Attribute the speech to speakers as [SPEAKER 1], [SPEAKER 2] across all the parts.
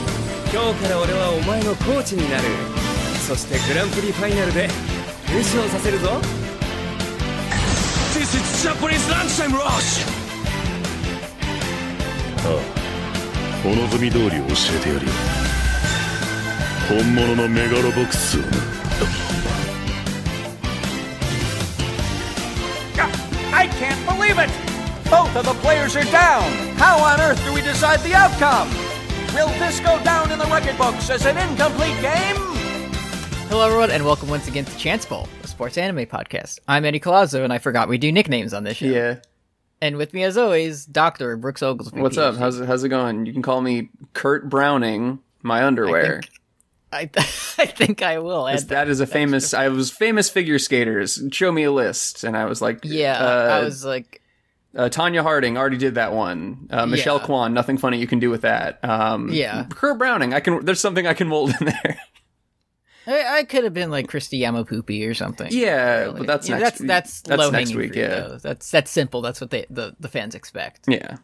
[SPEAKER 1] から俺はお前のコーチになるそしてグランプリファイナルで優勝させるぞ
[SPEAKER 2] This is Japanese lunchtime rush!
[SPEAKER 3] お望み通り教えてやるよ本物のメガロボックスをな
[SPEAKER 4] I can't believe it! Both of the players are down! How on earth do we decide the outcome? Will this go down in the record books as an incomplete game?
[SPEAKER 5] Hello, everyone, and welcome once again to Chance Bowl, the sports anime podcast. I'm Eddie Colazzo, and I forgot we do nicknames on this show.
[SPEAKER 6] Yeah.
[SPEAKER 5] And with me, as always, Doctor Brooks Oglesby.
[SPEAKER 6] What's up?
[SPEAKER 5] PhD.
[SPEAKER 6] How's it, how's it going? You can call me Kurt Browning, my underwear.
[SPEAKER 5] I, I think I will.
[SPEAKER 6] Is-
[SPEAKER 5] add
[SPEAKER 6] that is a famous. I was famous figure skaters. Show me a list, and I was like,
[SPEAKER 5] Yeah,
[SPEAKER 6] uh,
[SPEAKER 5] I was like,
[SPEAKER 6] uh, Tanya Harding already did that one. Uh, Michelle
[SPEAKER 5] Yeah.
[SPEAKER 6] Kwan, nothing funny you can do with that. Um,
[SPEAKER 5] Yeah.
[SPEAKER 6] Kurt Browning. I can. There's something I can mold in there.
[SPEAKER 5] I, I could have been like Christy Yamapoopy or something.
[SPEAKER 6] yeah,
[SPEAKER 5] really.
[SPEAKER 6] but that's
[SPEAKER 5] Yeah,
[SPEAKER 6] next.
[SPEAKER 5] that's
[SPEAKER 6] week.
[SPEAKER 5] that's, low
[SPEAKER 6] next
[SPEAKER 5] hanging
[SPEAKER 6] week.
[SPEAKER 5] fruit.
[SPEAKER 6] yeah.
[SPEAKER 5] though. That's that's simple. That's what they the, the fans expect.
[SPEAKER 6] Yeah.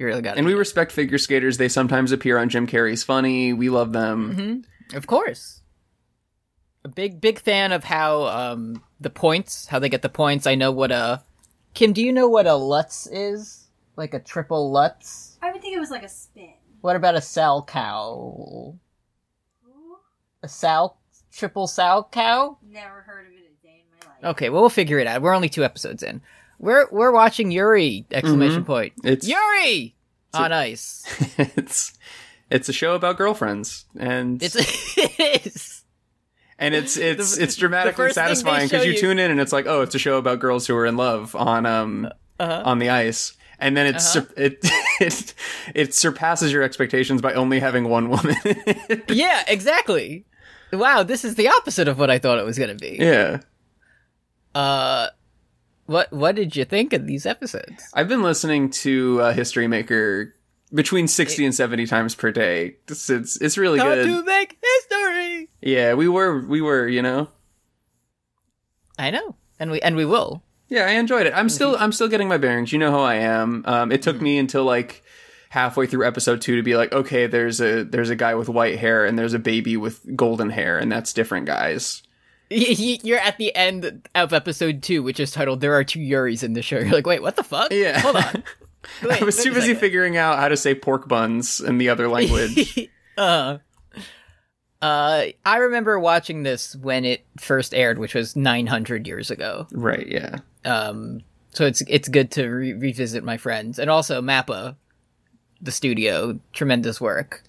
[SPEAKER 5] You really got
[SPEAKER 6] And we respect figure skaters. They sometimes appear on Jim Carrey's Funny. We love them.
[SPEAKER 5] Of course. A big big fan of how um the points, how they get the points. I know what a Kim, do you know what a Lutz is? Like a triple Lutz?
[SPEAKER 7] I would think it was like a spin.
[SPEAKER 5] What about a Sal cow? A Sal triple Sal cow?
[SPEAKER 7] Never heard of it a day in my life.
[SPEAKER 5] Okay, well we'll figure it out. We're only two episodes in. We're we're watching Yuri exclamation point.
[SPEAKER 6] Mm-hmm. It's-
[SPEAKER 5] Yuri on ice.
[SPEAKER 6] it's it's a show about girlfriends and
[SPEAKER 5] It's it is.
[SPEAKER 6] and it's it's
[SPEAKER 5] the-
[SPEAKER 6] it's dramatically
[SPEAKER 5] the first thing they
[SPEAKER 6] satisfying because
[SPEAKER 5] show
[SPEAKER 6] you,
[SPEAKER 5] you-
[SPEAKER 6] tune in and it's like oh it's a show about girls who are in love on um
[SPEAKER 5] Uh-huh.
[SPEAKER 6] on the ice and then it's sur- it, it it surpasses your expectations by only having one woman
[SPEAKER 5] Yeah, exactly. Wow, this is the opposite of what I thought it was gonna be.
[SPEAKER 6] yeah
[SPEAKER 5] Uh, what what did you think of these episodes?
[SPEAKER 6] I've been listening to uh, History Maker between sixty and seventy times per day it's it's, it's really
[SPEAKER 5] How
[SPEAKER 6] good
[SPEAKER 5] to make history?
[SPEAKER 6] yeah we were we were you know
[SPEAKER 5] I know, and we and we will.
[SPEAKER 6] Yeah, I enjoyed it. I'm still I'm still getting my bearings. You know how I am. Um, it
[SPEAKER 5] Mm-hmm.
[SPEAKER 6] took me until like halfway through episode two to be like, okay, there's a there's a guy with white hair and there's a baby with golden hair, and that's different guys.
[SPEAKER 5] Y- y- You're at the end of episode two, which is titled "There Are Two Yuris in the Show." You're like, wait, what the fuck?
[SPEAKER 6] Yeah.
[SPEAKER 5] hold on. Wait,
[SPEAKER 6] I was
[SPEAKER 5] wait
[SPEAKER 6] too
[SPEAKER 5] a
[SPEAKER 6] busy
[SPEAKER 5] second.
[SPEAKER 6] figuring out how to say pork buns in the other language.
[SPEAKER 5] Uh, uh, I remember watching this when it first aired, which was 900 years ago.
[SPEAKER 6] right? Yeah.
[SPEAKER 5] Um, so it's it's good to re- revisit my friends and also Mappa, the studio, tremendous work.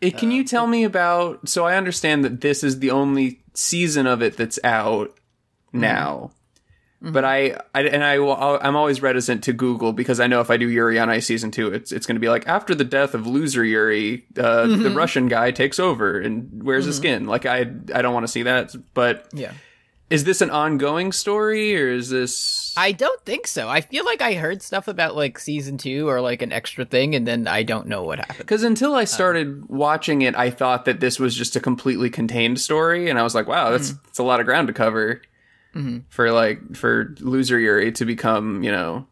[SPEAKER 6] It, Eh, can you tell me about? So I understand that this is the only season of it that's out now. But I, I and I, will- I'll- I'm always reticent to Google because I know if I do Yuri on Ice season two, it's it's going to be like after the death of loser Yuri, uh, the Russian guy takes over and wears a skin. Like I, I don't want to see that. But
[SPEAKER 5] Yeah.
[SPEAKER 6] is this an ongoing story or is this?
[SPEAKER 5] I don't think so. I feel like I heard stuff about like season two or like an extra thing, and then I don't know what happened.
[SPEAKER 6] Because until
[SPEAKER 5] Oh.
[SPEAKER 6] I started watching it, I thought that this was just a completely contained story, and I was like, "Wow, that's
[SPEAKER 5] Mm-hmm.
[SPEAKER 6] that's a lot of ground to cover for like for loser Yuri to become, you know,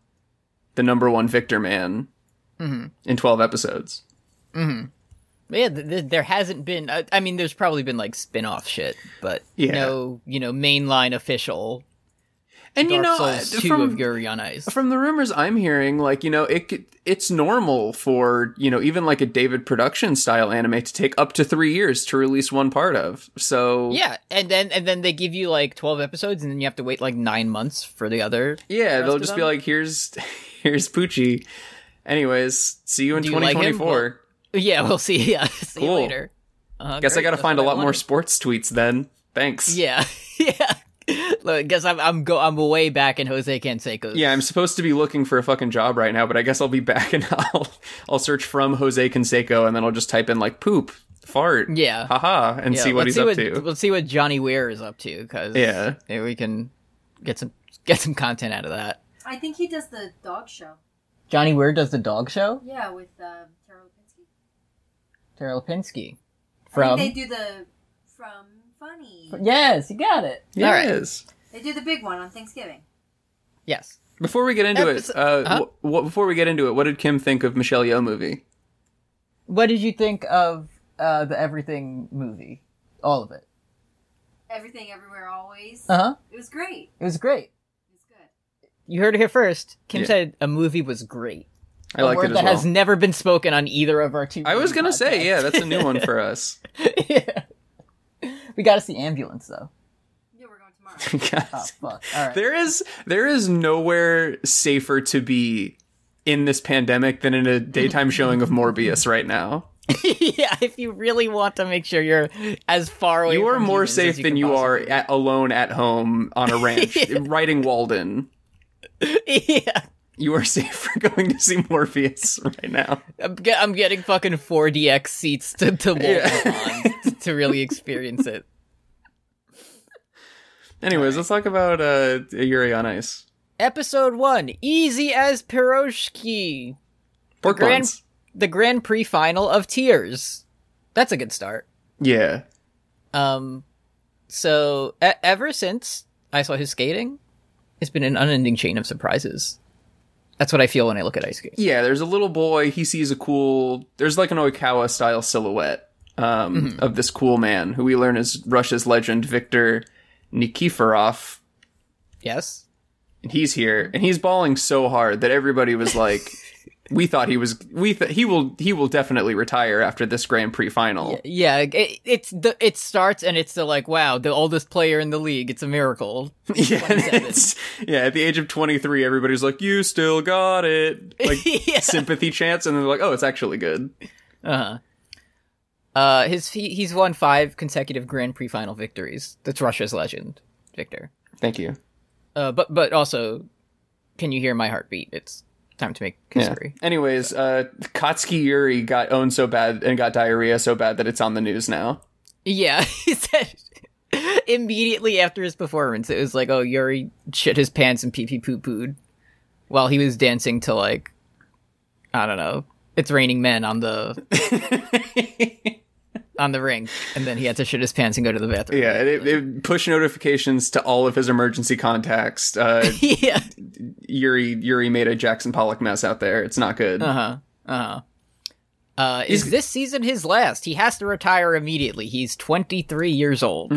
[SPEAKER 6] the number one victor man
[SPEAKER 5] Mm-hmm.
[SPEAKER 6] in twelve episodes."
[SPEAKER 5] But yeah, th- th- there hasn't been. uh, I, I mean, there's probably been like spin off shit, but
[SPEAKER 6] Yeah.
[SPEAKER 5] no, you know, mainline official
[SPEAKER 6] And
[SPEAKER 5] Dark
[SPEAKER 6] you know,
[SPEAKER 5] Souls
[SPEAKER 6] I-
[SPEAKER 5] two
[SPEAKER 6] from
[SPEAKER 5] of Yuri on Ice.
[SPEAKER 6] from the rumors I'm hearing, like you know, it c- it's normal for you know even like a David production style anime to take up to three years to release one part of. So
[SPEAKER 5] yeah, and then and then they give you like twelve episodes, and then you have to wait like nine months for the other.
[SPEAKER 6] Yeah,
[SPEAKER 5] rest
[SPEAKER 6] they'll
[SPEAKER 5] of
[SPEAKER 6] just be
[SPEAKER 5] them?
[SPEAKER 6] like, "Here's, here's Poochie." Anyways, see you in
[SPEAKER 5] Do you like him?
[SPEAKER 6] 2024.
[SPEAKER 5] Yeah, we'll see. Yeah, see you
[SPEAKER 6] Cool.
[SPEAKER 5] later. Uh,
[SPEAKER 6] Guess I
[SPEAKER 5] great,
[SPEAKER 6] got to
[SPEAKER 5] that's
[SPEAKER 6] find a
[SPEAKER 5] what I
[SPEAKER 6] lot more
[SPEAKER 5] wanted.
[SPEAKER 6] sports tweets then. Thanks.
[SPEAKER 5] Yeah, yeah. Look, guess I'm I'm go I'm way back in Jose Canseco's.
[SPEAKER 6] Yeah, I'm supposed to be looking for a fucking job right now, but I guess I'll be back and I'll I'll search from Jose Canseco and then I'll just type in like poop, fart,
[SPEAKER 5] Yeah.
[SPEAKER 6] haha, and
[SPEAKER 5] Yeah,
[SPEAKER 6] see what
[SPEAKER 5] let's
[SPEAKER 6] he's up
[SPEAKER 5] what,
[SPEAKER 6] to.
[SPEAKER 5] Let's see what Johnny Weir is up to, because
[SPEAKER 6] Yeah.
[SPEAKER 5] we can get some get some content out of that.
[SPEAKER 7] I think he does the dog show.
[SPEAKER 5] Johnny Weir does the dog show.
[SPEAKER 7] Yeah, with um, Tara Lipinski.
[SPEAKER 5] Tara Lipinski
[SPEAKER 7] I
[SPEAKER 5] from.
[SPEAKER 7] think they do the from Funny.
[SPEAKER 5] Yes, you got it. All right.
[SPEAKER 6] Yes.
[SPEAKER 7] They do the big one on Thanksgiving.
[SPEAKER 5] Yes.
[SPEAKER 6] Before we get into
[SPEAKER 5] Episo-
[SPEAKER 6] it, uh,
[SPEAKER 5] Huh?
[SPEAKER 6] wh- wh- before we get into it, what did Kim think of Michelle Yeoh movie?
[SPEAKER 5] What did you think of uh, the Everything movie, all of it.
[SPEAKER 7] Everything, everywhere, always.
[SPEAKER 5] Uh huh.
[SPEAKER 7] It was great.
[SPEAKER 5] It was great.
[SPEAKER 7] It was good.
[SPEAKER 5] You heard it here first. Kim
[SPEAKER 6] Yeah.
[SPEAKER 5] said a movie was great.
[SPEAKER 6] I liked
[SPEAKER 5] word
[SPEAKER 6] it as
[SPEAKER 5] that
[SPEAKER 6] well.
[SPEAKER 5] has never been spoken on either of our two.
[SPEAKER 6] I was gonna say,
[SPEAKER 5] podcasts.
[SPEAKER 6] yeah, that's a new one for us.
[SPEAKER 5] we got to see ambulance though.
[SPEAKER 7] Yeah, we're going tomorrow.
[SPEAKER 5] Oh fuck! All right.
[SPEAKER 6] There is there is nowhere safer to be in this pandemic than in a daytime showing of Morbius right now.
[SPEAKER 5] yeah, if you really want to make sure you're as far away,
[SPEAKER 6] You are
[SPEAKER 5] from
[SPEAKER 6] more
[SPEAKER 5] humans as
[SPEAKER 6] safe than
[SPEAKER 5] can
[SPEAKER 6] you are
[SPEAKER 5] possibly-
[SPEAKER 6] at, alone at home on a ranch writing Walden.
[SPEAKER 5] yeah,
[SPEAKER 6] You are safe for going to see Morbius right now.
[SPEAKER 5] I'm, ge- I'm getting fucking 4DX seats to to, Walden on to really experience it.
[SPEAKER 6] Anyways, let's talk about uh, Yuri on Ice.
[SPEAKER 5] Episode one, easy as Piroshki.
[SPEAKER 6] Pork
[SPEAKER 5] Grand-
[SPEAKER 6] buns.
[SPEAKER 5] The Grand Prix final of Tears. That's a good start.
[SPEAKER 6] Yeah.
[SPEAKER 5] Um, so e- ever since I saw his skating, it's been an unending chain of surprises. That's what I feel when I look at ice skating.
[SPEAKER 6] Yeah, there's a little boy. He sees a cool. There's like an Oikawa style silhouette um, of this cool man who we learn is Russia's legend, Victor Nikiforov.
[SPEAKER 5] Yes.
[SPEAKER 6] And he's here, and he's bawling so hard that everybody was like, "We thought he was. We th- he will. He will definitely retire after this Grand Prix final."
[SPEAKER 5] Yeah. It, it's the it starts and it's the like wow the oldest player in the league. It's a miracle.
[SPEAKER 6] Yeah, and it's- yeah. At the age of 23, everybody's like, "You still got it!" Like
[SPEAKER 5] Yeah.
[SPEAKER 6] sympathy chants, and they're like, "Oh, it's actually good."
[SPEAKER 5] Uh-huh. Uh his he, he's won five consecutive Grand Prix final victories. That's Russia's legend, Victor.
[SPEAKER 6] Thank you.
[SPEAKER 5] Uh, but but also, can you hear my heartbeat? It's time to make history.
[SPEAKER 6] Anyways, uh, Kotsky Yuri got owned so bad and got diarrhea so bad that it's on the news now.
[SPEAKER 5] Yeah, he said immediately after his performance, it was like, oh, Yuri shit his pants and pee pee poo pooed while he was dancing to like, I don't know, it's raining men on the on the rink, and then he had to shit his pants and go to the bathroom.
[SPEAKER 6] Yeah, it, it, it pushed notifications to all of his emergency contacts. Uh,
[SPEAKER 5] yeah.
[SPEAKER 6] Yuri Yuri made a Jackson Pollock mess out there. It's not good.
[SPEAKER 5] Uh, is this season his last? He has to retire immediately. He's 23 years old.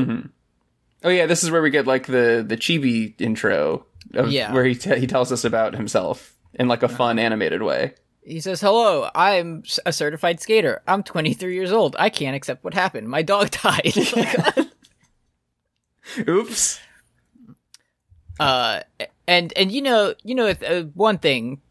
[SPEAKER 6] Oh yeah, this is where we get like the the chibi intro, of,
[SPEAKER 5] Yeah.
[SPEAKER 6] where he t- he tells us about himself in like a fun animated way.
[SPEAKER 5] He says, "Hello, I'm s- a certified skater. I'm 23 years old. I can't accept what happened. My dog died."
[SPEAKER 6] Oops.
[SPEAKER 5] uh and and you know you know if, uh, one thing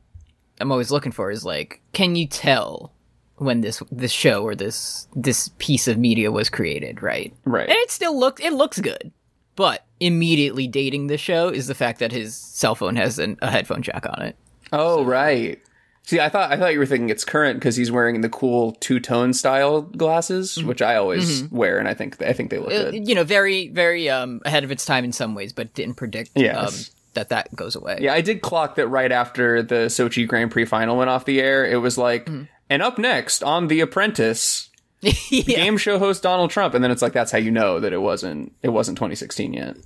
[SPEAKER 5] i'm always looking for is like can you tell when this this show or this this piece of media was created right
[SPEAKER 6] Right.
[SPEAKER 5] and it still looks it looks good but immediately dating the show is the fact that his cell phone has an, a headphone jack on it
[SPEAKER 6] Oh right. See, I thought I thought you were thinking it's current because he's wearing the cool two tone style glasses, which I always wear, and I think I think they look
[SPEAKER 5] Mm-hmm. Uh,
[SPEAKER 6] good.
[SPEAKER 5] you know very very um ahead of its time in some ways but didn't predict
[SPEAKER 6] Yes.
[SPEAKER 5] um, that that goes away
[SPEAKER 6] Yeah, I did clock that right after the Sochi Grand Prix final went off the air. It was like,
[SPEAKER 5] Mm-hmm.
[SPEAKER 6] and up next on The Apprentice,
[SPEAKER 5] Yeah.
[SPEAKER 6] game show host Donald Trump, and then it's like that's how you know that it wasn't it wasn't 2016 yet.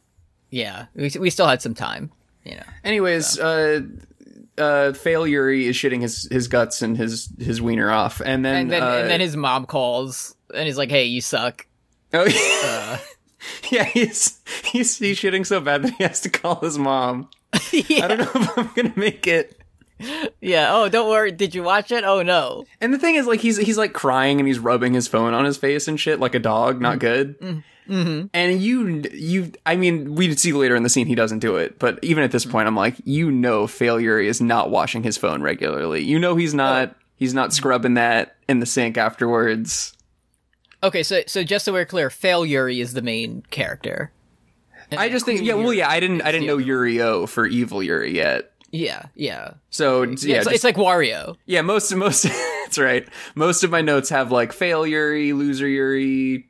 [SPEAKER 5] yeah we, we still had some time you know
[SPEAKER 6] Anyways, uh, uh, Fail Yuri is shitting his his guts and his his wiener off, and then
[SPEAKER 5] and then
[SPEAKER 6] uh,
[SPEAKER 5] and then his mom calls and is like hey you suck
[SPEAKER 6] Oh,
[SPEAKER 5] Uh.
[SPEAKER 6] yeah. yeah, he's, he's he's shitting so bad that he has to call his mom. I don't know if I'm gonna make it.
[SPEAKER 5] Yeah. Oh, don't worry. Did you watch it? Oh no.
[SPEAKER 6] And the thing is, like, he's he's like crying and he's rubbing his phone on his face and shit like a dog.
[SPEAKER 5] Mm.
[SPEAKER 6] Not good.
[SPEAKER 5] Mm-hmm.
[SPEAKER 6] And you you, I mean, we see later in the scene he doesn't do it, but even at
[SPEAKER 5] Mm.
[SPEAKER 6] this point, I'm like, you know, failure is not washing his phone regularly. You know, he's not
[SPEAKER 5] Oh.
[SPEAKER 6] he's not scrubbing that in the sink afterwards.
[SPEAKER 5] Okay. So so just so we're clear, Fail Yuri is the main character. And
[SPEAKER 6] I just think, yeah, well, yeah, I didn't I didn't know Yuri O for evil Yuri yet.
[SPEAKER 5] Yeah. Yeah.
[SPEAKER 6] So
[SPEAKER 5] Yeah.
[SPEAKER 6] yeah,
[SPEAKER 5] It's,
[SPEAKER 6] just- Hmm.
[SPEAKER 5] it's like Wario.
[SPEAKER 6] Yeah, most most that's right. Most of my notes have like fail Yuri, loser Yuri.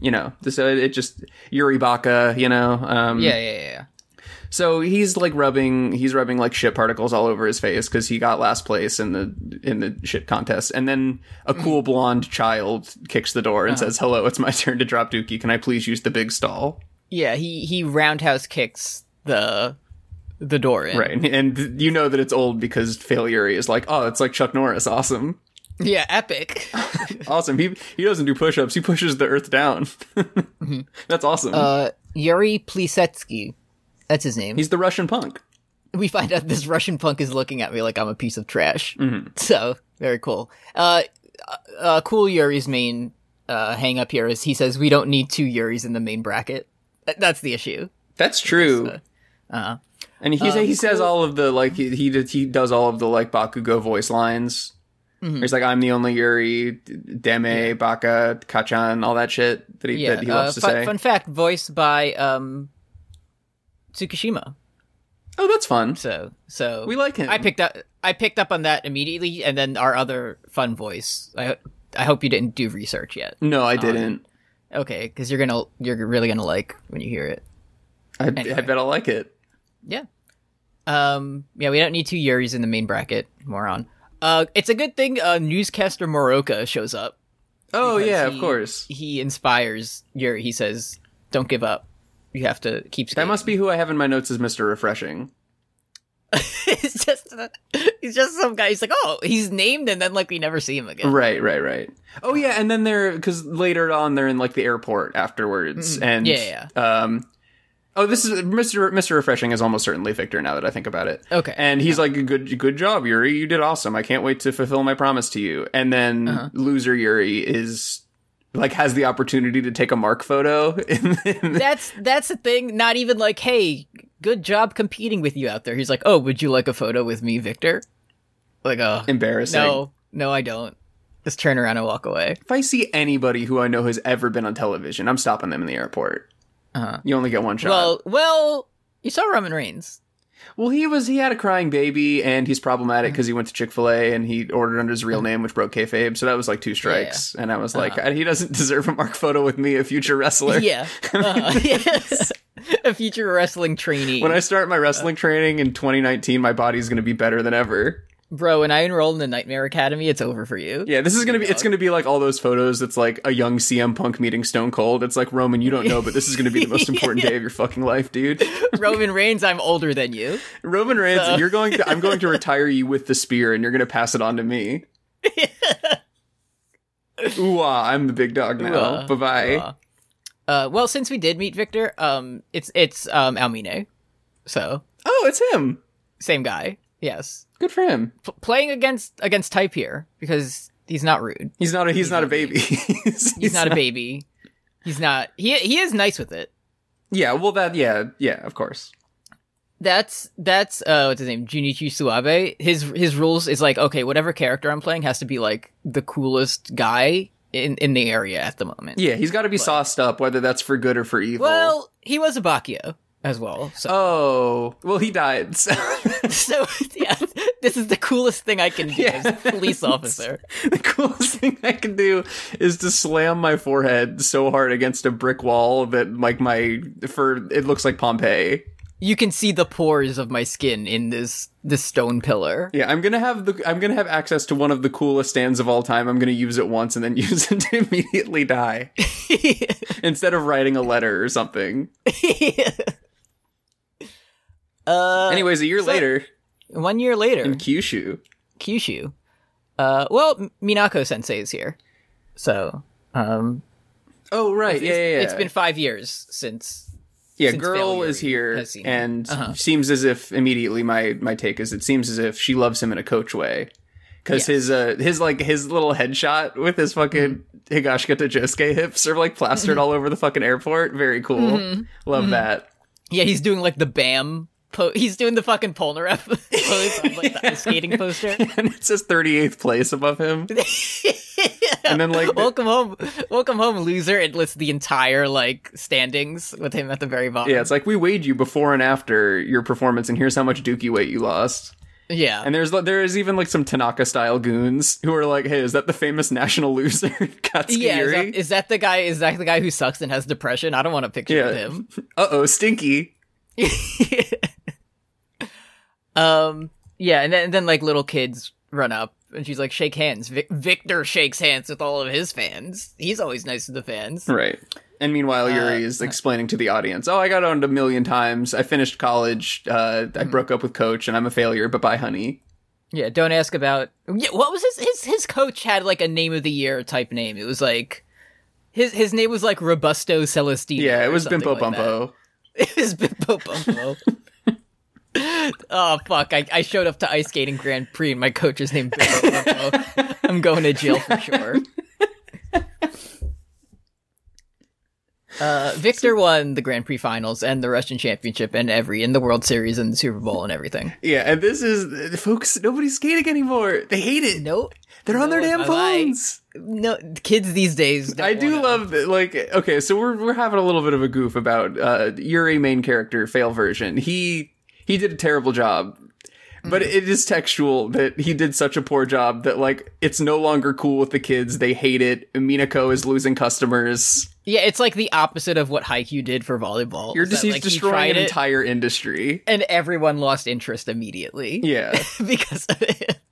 [SPEAKER 6] You know, so it, it just Yuri Baka. You know, um,
[SPEAKER 5] Yeah. Yeah. Yeah.
[SPEAKER 6] So he's like rubbing, he's rubbing like shit particles all over his face because he got last place in the in the shit contest. And then a cool blonde child kicks the door and says, "Hello, it's my turn to drop Dookie. Can I please use the big stall?"
[SPEAKER 5] Yeah. He he roundhouse kicks the the door in.
[SPEAKER 6] Right, and you know that it's old because fail Yuri is like, "Oh, it's like Chuck Norris, awesome."
[SPEAKER 5] Yeah, epic.
[SPEAKER 6] Awesome. He he doesn't do push-ups. He pushes the earth down. That's awesome.
[SPEAKER 5] Mm-hmm. Uh, Yuri Plisetsky. That's his name.
[SPEAKER 6] He's the Russian punk.
[SPEAKER 5] we find out this Russian punk is looking at me like I'm a piece of trash.
[SPEAKER 6] Mm-hmm.
[SPEAKER 5] So very cool. Uh, uh, cool Yuri's main uh, hang up here is he says we don't need two Yuris in the main bracket. Th- That's Uh-huh. Um, the issue.
[SPEAKER 6] That's true. uh, and he sa- he says all of the like he he, did, he does all of the like Bakugo voice lines.
[SPEAKER 5] Mm-hmm.
[SPEAKER 6] He's like I'm the only Yuri, Deme, Baka, Kachan, all that shit that he
[SPEAKER 5] Yeah.
[SPEAKER 6] that he
[SPEAKER 5] uh,
[SPEAKER 6] loves to
[SPEAKER 5] fun,
[SPEAKER 6] say.
[SPEAKER 5] fun fact: voiced by um, Tsukishima.
[SPEAKER 6] Oh, that's fun.
[SPEAKER 5] So so
[SPEAKER 6] We like him.
[SPEAKER 5] I picked up I picked up on that immediately, and then our other fun voice. I I hope you didn't do research yet.
[SPEAKER 6] No, I didn't.
[SPEAKER 5] Okay, because you're gonna you're really gonna like when you hear it.
[SPEAKER 6] I, I
[SPEAKER 5] anyway.
[SPEAKER 6] bet I'll like it.
[SPEAKER 5] Yeah. Um. Yeah, we don't need two Yuris in the main bracket. Moron. Uh, it's a good thing uh, newscaster Moroka shows up.
[SPEAKER 6] Oh yeah,
[SPEAKER 5] He-
[SPEAKER 6] of course.
[SPEAKER 5] He inspires Yuri. He says, "Don't give up. You have to keep."
[SPEAKER 6] That must be who I have in my notes as Mr. Refreshing.
[SPEAKER 5] it's just. He's just some guy. He's like, oh, he's named, and then like we never see him again.
[SPEAKER 6] Right, right, right. Oh yeah, and then they're because later on they're in like the airport afterwards, and
[SPEAKER 5] Mm-hmm. Yeah,
[SPEAKER 6] Um, oh, this is Mr. Mr. Refreshing is almost certainly Victor now that I think about it.
[SPEAKER 5] Okay.
[SPEAKER 6] and he's like, "Good, good job, Yuri. You did awesome. I can't wait to fulfill my promise to you." And then
[SPEAKER 5] Uh-huh.
[SPEAKER 6] loser Yuri is like has the opportunity to take a mark photo. In, in
[SPEAKER 5] That's that's the thing. Not even like, hey, good job competing with you out there. He's like, oh, would you like a photo with me, Victor? Like, oh,
[SPEAKER 6] embarrassing.
[SPEAKER 5] no, no, I don't. Just turn around and walk away.
[SPEAKER 6] If I see anybody who I know has ever been on television, I'm stopping them in the airport.
[SPEAKER 5] Uh-huh.
[SPEAKER 6] You only get one shot.
[SPEAKER 5] Well, well, you saw Roman Reigns.
[SPEAKER 6] Well, he was he had a crying baby, and he's problematic because he went to Chick Fil A and he ordered under his real name, which broke kayfabe. So that was like two strikes, and I was like, he doesn't deserve a mark photo with me, a future wrestler.
[SPEAKER 5] Yeah. Uh, yes. A future wrestling trainee.
[SPEAKER 6] When I start my wrestling training in 2019, my body's gonna be better than ever.
[SPEAKER 5] Bro, when I enroll in the Nightmare Academy, it's over for you.
[SPEAKER 6] Yeah, this is gonna be it's gonna be like all those photos. That's like a young CM Punk meeting Stone Cold. It's like Roman, you don't know, but this is gonna be the most important day of your fucking life, dude.
[SPEAKER 5] Roman Reigns, I'm older than you.
[SPEAKER 6] Roman Reigns, you're going. To, I'm going to retire you with the spear, and you're going to pass it on to me. Ooh, ah, I'm the big dog now.
[SPEAKER 5] ah,
[SPEAKER 6] Bye bye.
[SPEAKER 5] ah. Uh, well, since we did meet Victor, um, it's it's um Almine, so
[SPEAKER 6] Oh, it's him.
[SPEAKER 5] same guy. Yes,
[SPEAKER 6] Good for him.
[SPEAKER 5] P- playing against against type here because he's not rude.
[SPEAKER 6] He's not a. He's, not, a baby. he's,
[SPEAKER 5] He's, not, a baby. He's not. He he is nice with it.
[SPEAKER 6] Yeah. Well, that. Yeah. Yeah. Of course.
[SPEAKER 5] that's that's uh what's his name Junichi Suabe. His his rules is like okay, whatever character I'm playing has to be like the coolest guy in in the area at the moment.
[SPEAKER 6] Yeah. He's got to be sauced up, whether that's for good or for evil.
[SPEAKER 5] Well, he was a Bakio as well. So
[SPEAKER 6] Oh. Well, he died. So
[SPEAKER 5] so yeah, this is the coolest thing I can do as a police officer.
[SPEAKER 6] the coolest thing I can do is to slam my forehead so hard against a brick wall that, like, my for it looks like Pompeii.
[SPEAKER 5] You can see the pores of my skin in this this stone pillar.
[SPEAKER 6] Yeah, I'm gonna have the I'm gonna have access to one of the coolest stands of all time. I'm gonna use it once and then use it to immediately die instead of writing a letter or something.
[SPEAKER 5] uh,
[SPEAKER 6] Anyways, a year later
[SPEAKER 5] one year later,
[SPEAKER 6] in Kyushu,
[SPEAKER 5] Kyushu. Uh, well, M- Minako Sensei is here, so um,
[SPEAKER 6] oh right, yeah, yeah, yeah.
[SPEAKER 5] it's been five years since
[SPEAKER 6] yeah.
[SPEAKER 5] since
[SPEAKER 6] Girl
[SPEAKER 5] failure
[SPEAKER 6] is here
[SPEAKER 5] has seen him. Uh-huh.
[SPEAKER 6] and seems as if immediately my my take is it seems as if she loves him in a coach way because his uh his like his little headshot with his
[SPEAKER 5] Mm-hmm.
[SPEAKER 6] fucking Higashika to Josuke hips are like plastered all over the fucking airport. Very cool.
[SPEAKER 5] Mm-hmm.
[SPEAKER 6] Love that.
[SPEAKER 5] Yeah, he's doing like the BAM. Po- he's doing the fucking Polnareff pose on like the ice skating poster.
[SPEAKER 6] and it says 38th place above him. And then like
[SPEAKER 5] welcome home, welcome home, loser. It lists the entire like standings with him at the very bottom.
[SPEAKER 6] yeah, it's like we weighed you before and after your performance, and here's how much dookie weight you lost.
[SPEAKER 5] yeah.
[SPEAKER 6] And there's there is even like some Tanaka style goons who are like, hey, is that the famous national loser Katsuki
[SPEAKER 5] yeah, is
[SPEAKER 6] Yuri?
[SPEAKER 5] that, is that the guy? Is that the guy who sucks and has depression? I don't want a picture of
[SPEAKER 6] Yeah.
[SPEAKER 5] him.
[SPEAKER 6] Uh oh, stinky.
[SPEAKER 5] um, yeah, and then, and then like little kids run up and she's like, shake hands. Vic- Victor shakes hands with all of his fans. He's always nice to the fans.
[SPEAKER 6] Right. And meanwhile, Yuri
[SPEAKER 5] Uh,
[SPEAKER 6] is explaining to the audience, "Oh, I got owned
[SPEAKER 5] Mm-hmm.
[SPEAKER 6] a million times. I finished college. Uh, I broke up with coach, and I'm a failure. But bye, honey."
[SPEAKER 5] Yeah, don't ask about. Yeah, what was his his his coach had like a name of the year type name. It was like his his name was like Robusto Celestino.
[SPEAKER 6] Yeah, it
[SPEAKER 5] or
[SPEAKER 6] was
[SPEAKER 5] something
[SPEAKER 6] Bimpo
[SPEAKER 5] like that.
[SPEAKER 6] Bumpo.
[SPEAKER 5] It was Bimbo Bumbo. oh fuck! I, I showed up to ice skating Grand Prix and my coach is named Bimbo Bumbo. I'm going to jail for sure. Uh, Victor won the Grand Prix finals and the Russian Championship and every and the World Series and the Super Bowl and everything.
[SPEAKER 6] Yeah, and this is folks. Nobody's skating anymore. They hate it.
[SPEAKER 5] Nope.
[SPEAKER 6] They're on their
[SPEAKER 5] no,
[SPEAKER 6] damn
[SPEAKER 5] bye-bye.
[SPEAKER 6] phones.
[SPEAKER 5] No kids these days. don't
[SPEAKER 6] I do
[SPEAKER 5] wanna-
[SPEAKER 6] love that. Like, okay, so we're we're having a little bit of a goof about uh, Yuri main character fail version. He he did a terrible job. But
[SPEAKER 5] Mm-hmm.
[SPEAKER 6] it is textual that he did such a poor job that like it's no longer cool with the kids. They hate it. Minako is losing customers.
[SPEAKER 5] Yeah, it's like the opposite of what Haikyuu did for volleyball.
[SPEAKER 6] You're
[SPEAKER 5] is
[SPEAKER 6] just
[SPEAKER 5] that,
[SPEAKER 6] he's
[SPEAKER 5] like, he
[SPEAKER 6] destroying
[SPEAKER 5] tried
[SPEAKER 6] an
[SPEAKER 5] it,
[SPEAKER 6] entire industry.
[SPEAKER 5] and everyone lost interest immediately.
[SPEAKER 6] Yeah.
[SPEAKER 5] because of it.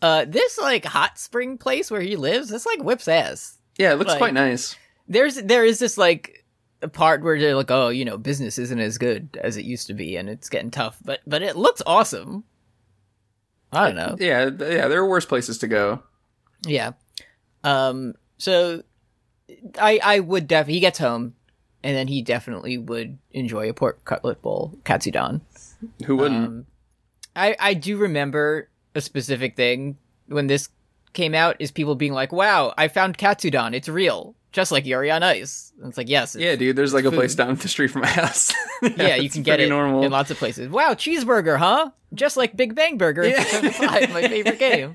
[SPEAKER 5] Uh, this like hot spring place where he lives, this like whips ass.
[SPEAKER 6] Yeah, it looks
[SPEAKER 5] Like-
[SPEAKER 6] quite nice.
[SPEAKER 5] There's there is this like part where they're like, oh, you know, business isn't as good as it used to be, and it's getting tough, but but it looks awesome. I don't know.
[SPEAKER 6] Yeah, th- yeah, there are worse places to go.
[SPEAKER 5] Yeah. Um. So, I I would def he gets home, and then he definitely would enjoy a pork cutlet bowl katsudon.
[SPEAKER 6] Who wouldn't?
[SPEAKER 5] Um, I I do remember a specific thing when this came out is people being like, "Wow, I found katsudon. It's real, just like Yuri on Ice." And it's like, yes, it's,
[SPEAKER 6] yeah, dude, there's like a place down the street from my house. yeah,
[SPEAKER 5] yeah, you
[SPEAKER 6] it's
[SPEAKER 5] can get
[SPEAKER 6] pretty
[SPEAKER 5] it
[SPEAKER 6] normal.
[SPEAKER 5] in lots of places. Wow, cheeseburger, huh? Just like Big Bang Burger in 1975, my favorite game.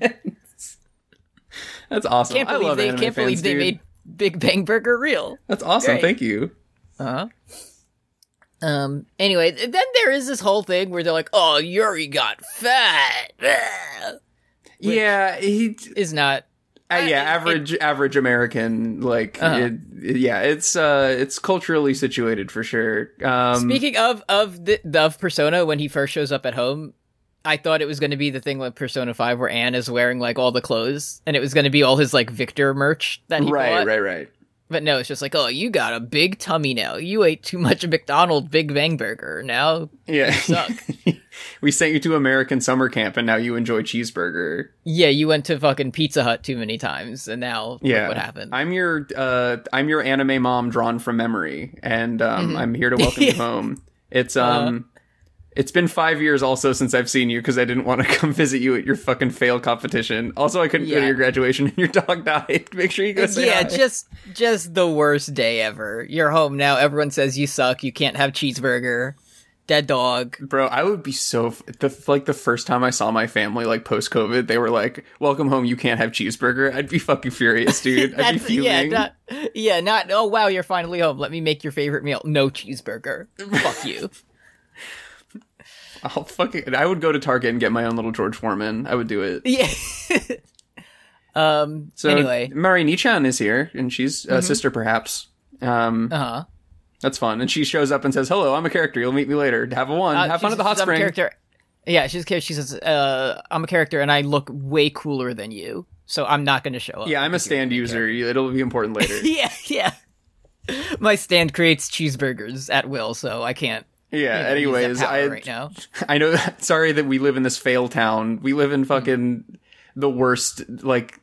[SPEAKER 6] That's awesome.
[SPEAKER 5] Can't
[SPEAKER 6] I
[SPEAKER 5] believe
[SPEAKER 6] love
[SPEAKER 5] they
[SPEAKER 6] anime
[SPEAKER 5] can't
[SPEAKER 6] fans,
[SPEAKER 5] believe they
[SPEAKER 6] dude.
[SPEAKER 5] made Big Bang Burger real.
[SPEAKER 6] That's awesome.
[SPEAKER 5] Great.
[SPEAKER 6] Thank you.
[SPEAKER 5] Uh-huh. Um. Anyway, th- then there is this whole thing where they're like, "Oh, Yuri got fat."
[SPEAKER 6] yeah, he.
[SPEAKER 5] Is not.
[SPEAKER 6] Uh, yeah,
[SPEAKER 5] it-
[SPEAKER 6] average average American. Like,
[SPEAKER 5] Uh-huh.
[SPEAKER 6] it, yeah, it's uh, it's culturally situated for sure. Um,
[SPEAKER 5] Speaking of of the of Persona, when he first shows up at home, I thought it was going to be the thing like Persona Five, where Anne is wearing like all the clothes, and it was going to be all his like Victor merch that he
[SPEAKER 6] right,
[SPEAKER 5] bought.
[SPEAKER 6] right, right.
[SPEAKER 5] But no, it's just like, "Oh, you got a big tummy now. You ate too much McDonald's Big Bang Burger. Now
[SPEAKER 6] Yeah,
[SPEAKER 5] suck."
[SPEAKER 6] we sent you to American summer camp, and now you enjoy cheeseburger.
[SPEAKER 5] yeah, you went to fucking Pizza Hut too many times, and now look
[SPEAKER 6] Yeah,
[SPEAKER 5] what happened?
[SPEAKER 6] I'm your uh, I'm your anime mom drawn from memory, and um,
[SPEAKER 5] Mm-hmm.
[SPEAKER 6] I'm here to welcome you home. It's
[SPEAKER 5] Uh-huh.
[SPEAKER 6] um, it's been five years also since I've seen you because I didn't want to come visit you at your fucking fail competition. Also, I couldn't go to
[SPEAKER 5] Yeah.
[SPEAKER 6] your graduation and your dog died. Make sure you go say
[SPEAKER 5] yeah,
[SPEAKER 6] hi.
[SPEAKER 5] just just the worst day ever. You're home now. Everyone says you suck. You can't have cheeseburger. Dead dog.
[SPEAKER 6] Bro, I would be so f- the like the first time I saw my family like post COVID, they were like, "Welcome home, you can't have cheeseburger." I'd be fucking furious, dude. I'd be
[SPEAKER 5] That's
[SPEAKER 6] fuming.
[SPEAKER 5] yeah, not yeah, not oh wow, you're finally home. Let me make your favorite meal. No cheeseburger. Fuck you.
[SPEAKER 6] I'll fucking. I would go to Target and get my own little George Foreman. I would do it.
[SPEAKER 5] Yeah. um
[SPEAKER 6] So
[SPEAKER 5] anyway. Mm-hmm.
[SPEAKER 6] Mari Nichan is here, and she's a sister, perhaps. Um,
[SPEAKER 5] Uh-huh.
[SPEAKER 6] That's fun. And she shows up and says, "Hello, I'm a character. You'll meet me later. Have a one.
[SPEAKER 5] Uh,
[SPEAKER 6] Have fun
[SPEAKER 5] she's-
[SPEAKER 6] at the hot
[SPEAKER 5] she's- I'm a
[SPEAKER 6] spring."
[SPEAKER 5] Character. Yeah, she's char- she says, uh, I'm a character and I look way cooler than you, so I'm not gonna show up.
[SPEAKER 6] Yeah, I'm a stand user. You- It'll be important later.
[SPEAKER 5] Yeah, yeah. My stand creates cheeseburgers at will, so I can't
[SPEAKER 6] yeah.
[SPEAKER 5] you know, use that
[SPEAKER 6] anyways,
[SPEAKER 5] power
[SPEAKER 6] I
[SPEAKER 5] right now.
[SPEAKER 6] I know. Sorry that we live in this fail town. We live
[SPEAKER 5] Mm.
[SPEAKER 6] in fucking the worst. Like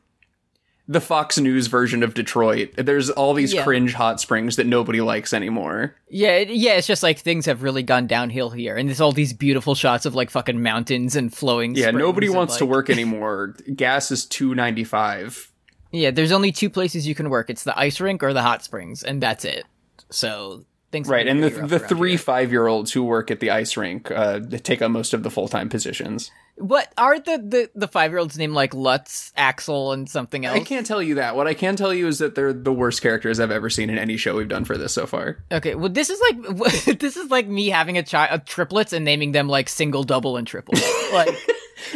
[SPEAKER 6] the Fox News version of Detroit. There's all these
[SPEAKER 5] Yeah.
[SPEAKER 6] cringe hot springs that nobody likes anymore.
[SPEAKER 5] Yeah, it, yeah, it's just like things have really gone downhill here, and there's all these beautiful shots of like fucking mountains and flowing.
[SPEAKER 6] Yeah,
[SPEAKER 5] springs
[SPEAKER 6] nobody
[SPEAKER 5] and,
[SPEAKER 6] wants to
[SPEAKER 5] like-
[SPEAKER 6] work anymore. Gas is two ninety five.
[SPEAKER 5] Yeah, there's only two places you can work. It's the ice rink or the hot springs, and that's it. So things
[SPEAKER 6] Right, and the the three
[SPEAKER 5] three
[SPEAKER 6] five year olds who work at the ice rink uh, they take up most of the full time positions.
[SPEAKER 5] what are the the, the five year olds named like Lutz, Axel, and something else?
[SPEAKER 6] I can't tell you that. What I can tell you is that they're the worst characters I've ever seen in any show we've done for this so far.
[SPEAKER 5] Okay, well this is like this is like me having a child a triplets and naming them like single, double, and triple. like,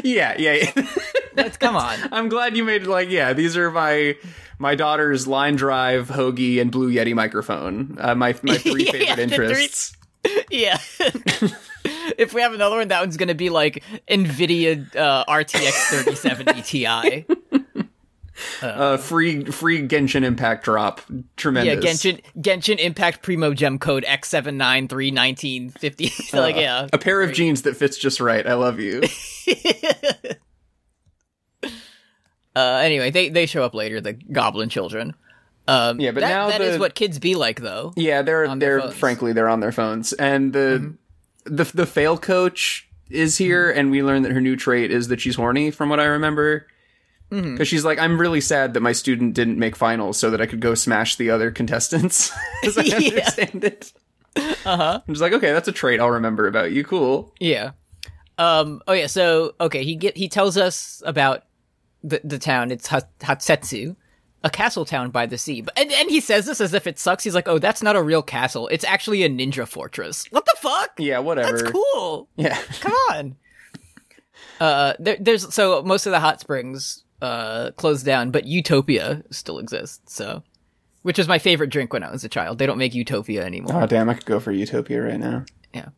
[SPEAKER 6] Yeah, yeah. yeah.
[SPEAKER 5] let's come on.
[SPEAKER 6] I'm glad you made it like yeah. These are my my daughter's line drive, hoagie, and blue yeti microphone. Uh, my my three
[SPEAKER 5] Yeah,
[SPEAKER 6] favorite
[SPEAKER 5] the three-
[SPEAKER 6] interests.
[SPEAKER 5] Yeah. if we have another one, that one's E going to be like NVIDIA uh, RTX 3070 Ti.
[SPEAKER 6] uh, free free Genshin Impact drop.
[SPEAKER 5] Yeah,
[SPEAKER 6] Tremendous.
[SPEAKER 5] Genshin Genshin Impact Primo Gem Code X seven nine three nineteen fifty. Like yeah,
[SPEAKER 6] A pair of jeans that fits just right. I love you.
[SPEAKER 5] Uh, anyway, they they show up later, the Goblin Children. Um,
[SPEAKER 6] Yeah, but
[SPEAKER 5] that,
[SPEAKER 6] now
[SPEAKER 5] that is
[SPEAKER 6] the-
[SPEAKER 5] what kids be like, though.
[SPEAKER 6] Yeah, they're
[SPEAKER 5] On their
[SPEAKER 6] they're
[SPEAKER 5] phones. Mm-hmm.
[SPEAKER 6] frankly they're on their phones. And the the the fail coach is here, and we learn that her new trait is that she's horny, from what I remember. Because
[SPEAKER 5] Mm-hmm.
[SPEAKER 6] she's like, I'm really sad that my student didn't make finals so that I could go smash the other contestants. as I
[SPEAKER 5] Yeah. Uh-huh.
[SPEAKER 6] understand it. Uh huh. I'm just like, okay, that's a trait I'll remember about you. Cool.
[SPEAKER 5] Yeah. Um. Oh yeah. So okay, he get he tells us about the the town. It's Hat- Hatsetsu, a castle town by the sea. But and and he says this as if it sucks. He's like, oh, that's not a real castle. It's actually a ninja fortress. What the fuck?
[SPEAKER 6] Yeah, whatever.
[SPEAKER 5] That's cool.
[SPEAKER 6] Yeah.
[SPEAKER 5] Come on. Uh, there, there's so most of the hot springs uh closed down, but Utopia still exists. So, which was my favorite drink when I was a child. They don't make Utopia anymore.
[SPEAKER 6] Oh damn, I could go for Utopia right now.
[SPEAKER 5] Yeah. Um,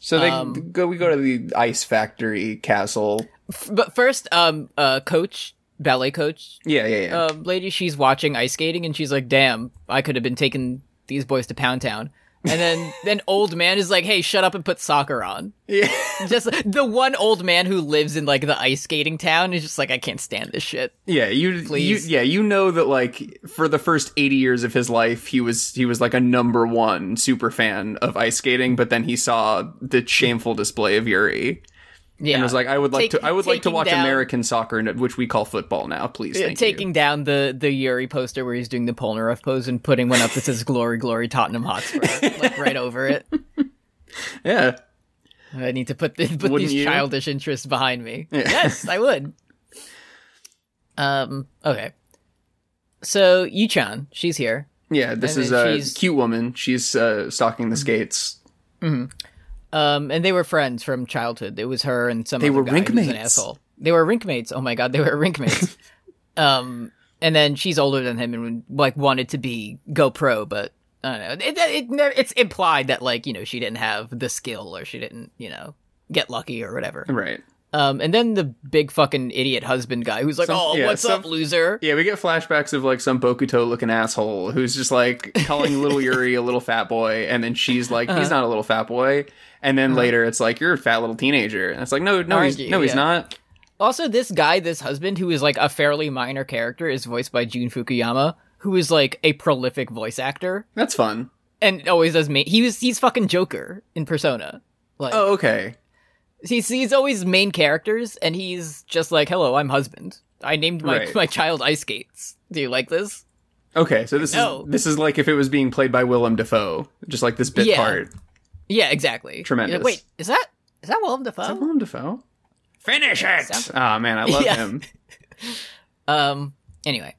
[SPEAKER 6] So they go. We go to the ice factory castle.
[SPEAKER 5] But first, um, uh, coach, ballet coach,
[SPEAKER 6] Yeah, yeah, yeah.
[SPEAKER 5] um, lady, she's watching ice skating and she's like, damn, I could have been taking these boys to Pound Town. And then, then old man is like, hey, shut up and put soccer on.
[SPEAKER 6] yeah.
[SPEAKER 5] Just the one old man who lives in like the ice skating town is just like, I can't stand this shit.
[SPEAKER 6] Yeah, you,
[SPEAKER 5] Please.
[SPEAKER 6] you yeah, you know that like for the first 80 years of his life, he was he was like a number 1 super fan of ice skating, but then he saw the shameful display of Yuri
[SPEAKER 5] Yeah.
[SPEAKER 6] and was like I would like
[SPEAKER 5] Take-
[SPEAKER 6] to I would like to
[SPEAKER 5] taking
[SPEAKER 6] watch
[SPEAKER 5] down-
[SPEAKER 6] American soccer n- which we call football now, please.
[SPEAKER 5] Yeah,
[SPEAKER 6] Thank
[SPEAKER 5] Uh, taking
[SPEAKER 6] you.
[SPEAKER 5] down the, the Yuri poster where he's doing the Polnareff pose and putting one up that says "Glory, Glory, Tottenham Hotspur" like right over it.
[SPEAKER 6] Yeah.
[SPEAKER 5] I need to put, th- put
[SPEAKER 6] Wouldn't
[SPEAKER 5] these
[SPEAKER 6] you?
[SPEAKER 5] childish interests behind me.
[SPEAKER 6] Yeah.
[SPEAKER 5] Yes, I would. Um. Okay. So Yuchan, she's here.
[SPEAKER 6] Yeah, this
[SPEAKER 5] And
[SPEAKER 6] is
[SPEAKER 5] then
[SPEAKER 6] a
[SPEAKER 5] she's- Mm-hmm.
[SPEAKER 6] cute woman. She's uh, stalking the skates.
[SPEAKER 5] Um, and they were friends from childhood. It was her and some.
[SPEAKER 6] They
[SPEAKER 5] other
[SPEAKER 6] were
[SPEAKER 5] guy who was an
[SPEAKER 6] rinkmates.
[SPEAKER 5] asshole. They were rink mates. Oh my god, they were rink mates. um, and then she's older than him and like wanted to be go pro, but I don't know. It, it, it, it's implied that like you know she didn't have the skill or she didn't you know get lucky or whatever.
[SPEAKER 6] Right.
[SPEAKER 5] Um, and then the big fucking idiot husband guy who's like,
[SPEAKER 6] Some-
[SPEAKER 5] oh,
[SPEAKER 6] yeah,
[SPEAKER 5] what's
[SPEAKER 6] some-
[SPEAKER 5] up, loser?
[SPEAKER 6] Yeah, we get flashbacks of like some Bokuto looking asshole who's just like calling little Yuri a little fat boy, and then she's like,
[SPEAKER 5] Uh-huh.
[SPEAKER 6] he's not a little fat boy. And then later it's like, you're a fat little teenager. And it's like, no, no,
[SPEAKER 5] Aren't
[SPEAKER 6] he's,
[SPEAKER 5] you?
[SPEAKER 6] no, he's
[SPEAKER 5] Uh-huh. Yeah.
[SPEAKER 6] not.
[SPEAKER 5] Also, this guy, this husband, who is like a fairly minor character, is voiced by Jun Fukuyama, who is like a prolific voice actor.
[SPEAKER 6] That's fun.
[SPEAKER 5] and always does main. He was he's fucking Joker in Persona. Like
[SPEAKER 6] Oh, okay.
[SPEAKER 5] he's he's always main characters, and he's just like, "Hello, I'm husband. I named my
[SPEAKER 6] Right.
[SPEAKER 5] my child Ice Skates. Do you like this?"
[SPEAKER 6] Okay, so this
[SPEAKER 5] No.
[SPEAKER 6] is this is like if it was being played by Willem Dafoe, just like this bit
[SPEAKER 5] Yeah.
[SPEAKER 6] part. Is
[SPEAKER 5] Yeah, exactly.
[SPEAKER 6] Tremendous.
[SPEAKER 5] You're like, Wait, is that is that Willem
[SPEAKER 6] that
[SPEAKER 5] Dafoe?
[SPEAKER 6] Willem Dafoe?
[SPEAKER 2] Finish it!
[SPEAKER 6] Ah man, I love
[SPEAKER 5] Yeah.
[SPEAKER 6] him.
[SPEAKER 5] Um. Anyway,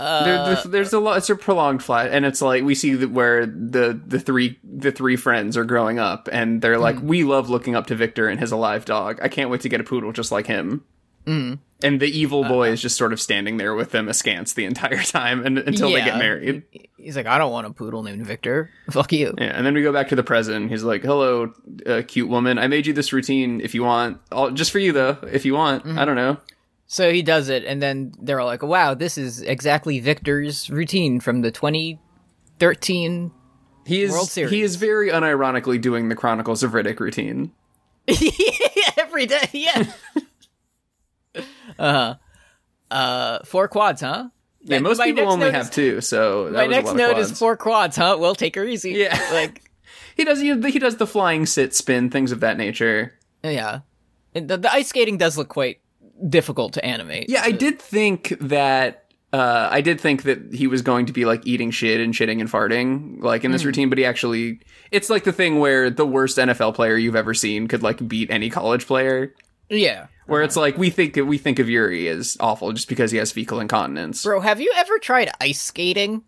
[SPEAKER 5] Uh,
[SPEAKER 6] There, there's, there's a lot. It's a prolonged flat, and it's like we see that where the the three the three friends are growing up, and they're like,
[SPEAKER 5] Mm.
[SPEAKER 6] we love looking up to Victor and his alive dog. I can't wait to get a poodle just like him. Mm. And the
[SPEAKER 5] Uh,
[SPEAKER 6] evil boy is just sort of standing there with them askance the entire time, and until they
[SPEAKER 5] Yeah.
[SPEAKER 6] get married.
[SPEAKER 5] he's like, "I don't want a poodle named Victor. Fuck you."
[SPEAKER 6] Yeah, and then we go back to the present. He's like, "Hello, uh, cute woman. I made you this routine if you want, All, just for you though. If you want,
[SPEAKER 5] Mm.
[SPEAKER 6] I don't know.
[SPEAKER 5] So he does it, and then they're all like, "Wow, this is exactly Victor's routine from the 2013."
[SPEAKER 6] He is
[SPEAKER 5] World Series.
[SPEAKER 6] he is very unironically doing the Chronicles of Riddick routine.
[SPEAKER 5] every day. Yeah. Uh-huh. uh huh. Uh, four quads, huh?
[SPEAKER 6] Yeah, most
[SPEAKER 5] my
[SPEAKER 6] people
[SPEAKER 5] next
[SPEAKER 6] only
[SPEAKER 5] note
[SPEAKER 6] have
[SPEAKER 5] is-
[SPEAKER 6] two, so that
[SPEAKER 5] My
[SPEAKER 6] was a
[SPEAKER 5] next
[SPEAKER 6] lot of
[SPEAKER 5] note
[SPEAKER 6] quads.
[SPEAKER 5] is four quads, huh? Well, take her easy.
[SPEAKER 6] Yeah.
[SPEAKER 5] like
[SPEAKER 6] He does he, he does the flying sit spin things of that nature.
[SPEAKER 5] yeah. And the, the ice skating does look quite difficult to animate.
[SPEAKER 6] Yeah, I did think that uh, I did think that he was going to be like eating shit and shitting and farting like in this routine, but he actually it's like the thing where the worst NFL player you've ever seen could like beat any college player.
[SPEAKER 5] yeah.
[SPEAKER 6] Where it's like we think we think of Yuri as awful just because he has fecal incontinence.
[SPEAKER 5] Bro, have you ever tried ice skating?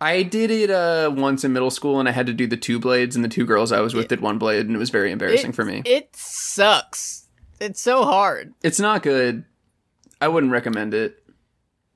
[SPEAKER 6] I did it uh, once in middle school, and I had to do the two blades, and the two girls I was with did one blade, and it was very embarrassing
[SPEAKER 5] It-
[SPEAKER 6] for me.
[SPEAKER 5] It sucks. It's so hard.
[SPEAKER 6] It's not good. I wouldn't recommend it.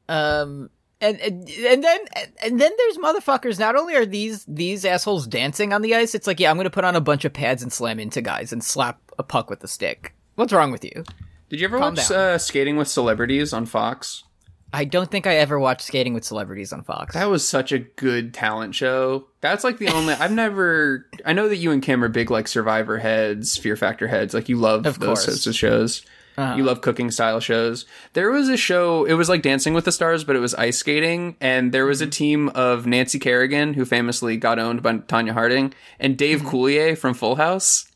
[SPEAKER 5] Um and, and and then and then there's motherfuckers. Not only are these these assholes dancing on the ice, it's like yeah, I'm gonna put on a bunch of pads and slam into guys and slap a puck with a stick. What's wrong with you?
[SPEAKER 6] Did you ever
[SPEAKER 5] Calm
[SPEAKER 6] watch
[SPEAKER 5] down.
[SPEAKER 6] uh, Skating with Celebrities on Fox?
[SPEAKER 5] I don't think I ever watched Skating with Celebrities on Fox.
[SPEAKER 6] That was such a good talent show. That's like the only I've never. I know that you and Kim are big like Survivor heads, Fear Factor heads. Like you love
[SPEAKER 5] Of
[SPEAKER 6] those
[SPEAKER 5] course. Uh-huh.
[SPEAKER 6] sorts of shows. You love cooking style shows. There was a show. It was like Dancing with the Stars, but it was ice skating. And there
[SPEAKER 5] Mm-hmm.
[SPEAKER 6] was a team of Nancy Kerrigan, who famously got owned by Tanya Harding, and Dave
[SPEAKER 5] Mm-hmm.
[SPEAKER 6] Coulier from Full House.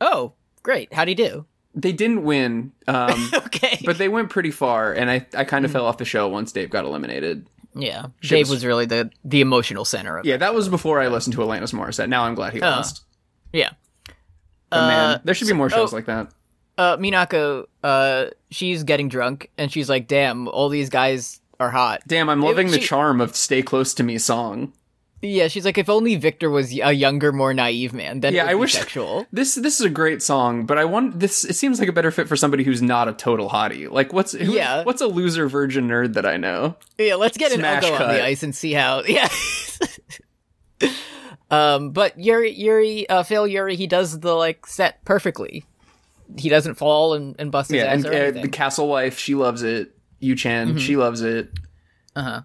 [SPEAKER 5] oh, great. How'd he do?
[SPEAKER 6] They didn't win, um,
[SPEAKER 5] Okay.
[SPEAKER 6] but they went pretty far. And I, I
[SPEAKER 5] Hmm.
[SPEAKER 6] kind of fell off the show once Dave got eliminated.
[SPEAKER 5] yeah. Dave was really the, the emotional center of it.
[SPEAKER 6] Yeah, that was before I listened to Alanis Morissette. Now I'm glad
[SPEAKER 5] Oh.
[SPEAKER 6] he lost.
[SPEAKER 5] Yeah.
[SPEAKER 6] But man, there should be more shows
[SPEAKER 5] oh.
[SPEAKER 6] like that.
[SPEAKER 5] uh, Minako, uh, she's getting drunk and she's like, damn, all these guys are hot.
[SPEAKER 6] Damn, I'm loving the
[SPEAKER 5] she-
[SPEAKER 6] charm of "Stay Close to Me" song.
[SPEAKER 5] Yeah, she's like, if only Victor was a younger, more naive man, then
[SPEAKER 6] Yeah,
[SPEAKER 5] it would
[SPEAKER 6] I
[SPEAKER 5] be
[SPEAKER 6] wish
[SPEAKER 5] sexual.
[SPEAKER 6] this this is a great song, but I want this. It seems like a better fit for somebody who's not a total hottie. Like, what's who-
[SPEAKER 5] Yeah.
[SPEAKER 6] what's a loser virgin nerd that I know?
[SPEAKER 5] Yeah, let's get an
[SPEAKER 6] Smash
[SPEAKER 5] Ugo on
[SPEAKER 6] cut.
[SPEAKER 5] the ice and see how. Yeah. um, but Yuri, Yuri, uh, Phil Yuri, he does the like set perfectly. He doesn't fall and, and bust his
[SPEAKER 6] Yeah,
[SPEAKER 5] ass
[SPEAKER 6] and
[SPEAKER 5] or
[SPEAKER 6] uh,
[SPEAKER 5] anything.
[SPEAKER 6] the castle wife, she loves it. Yu Chan,
[SPEAKER 5] Mm-hmm.
[SPEAKER 6] she loves it.
[SPEAKER 5] uh,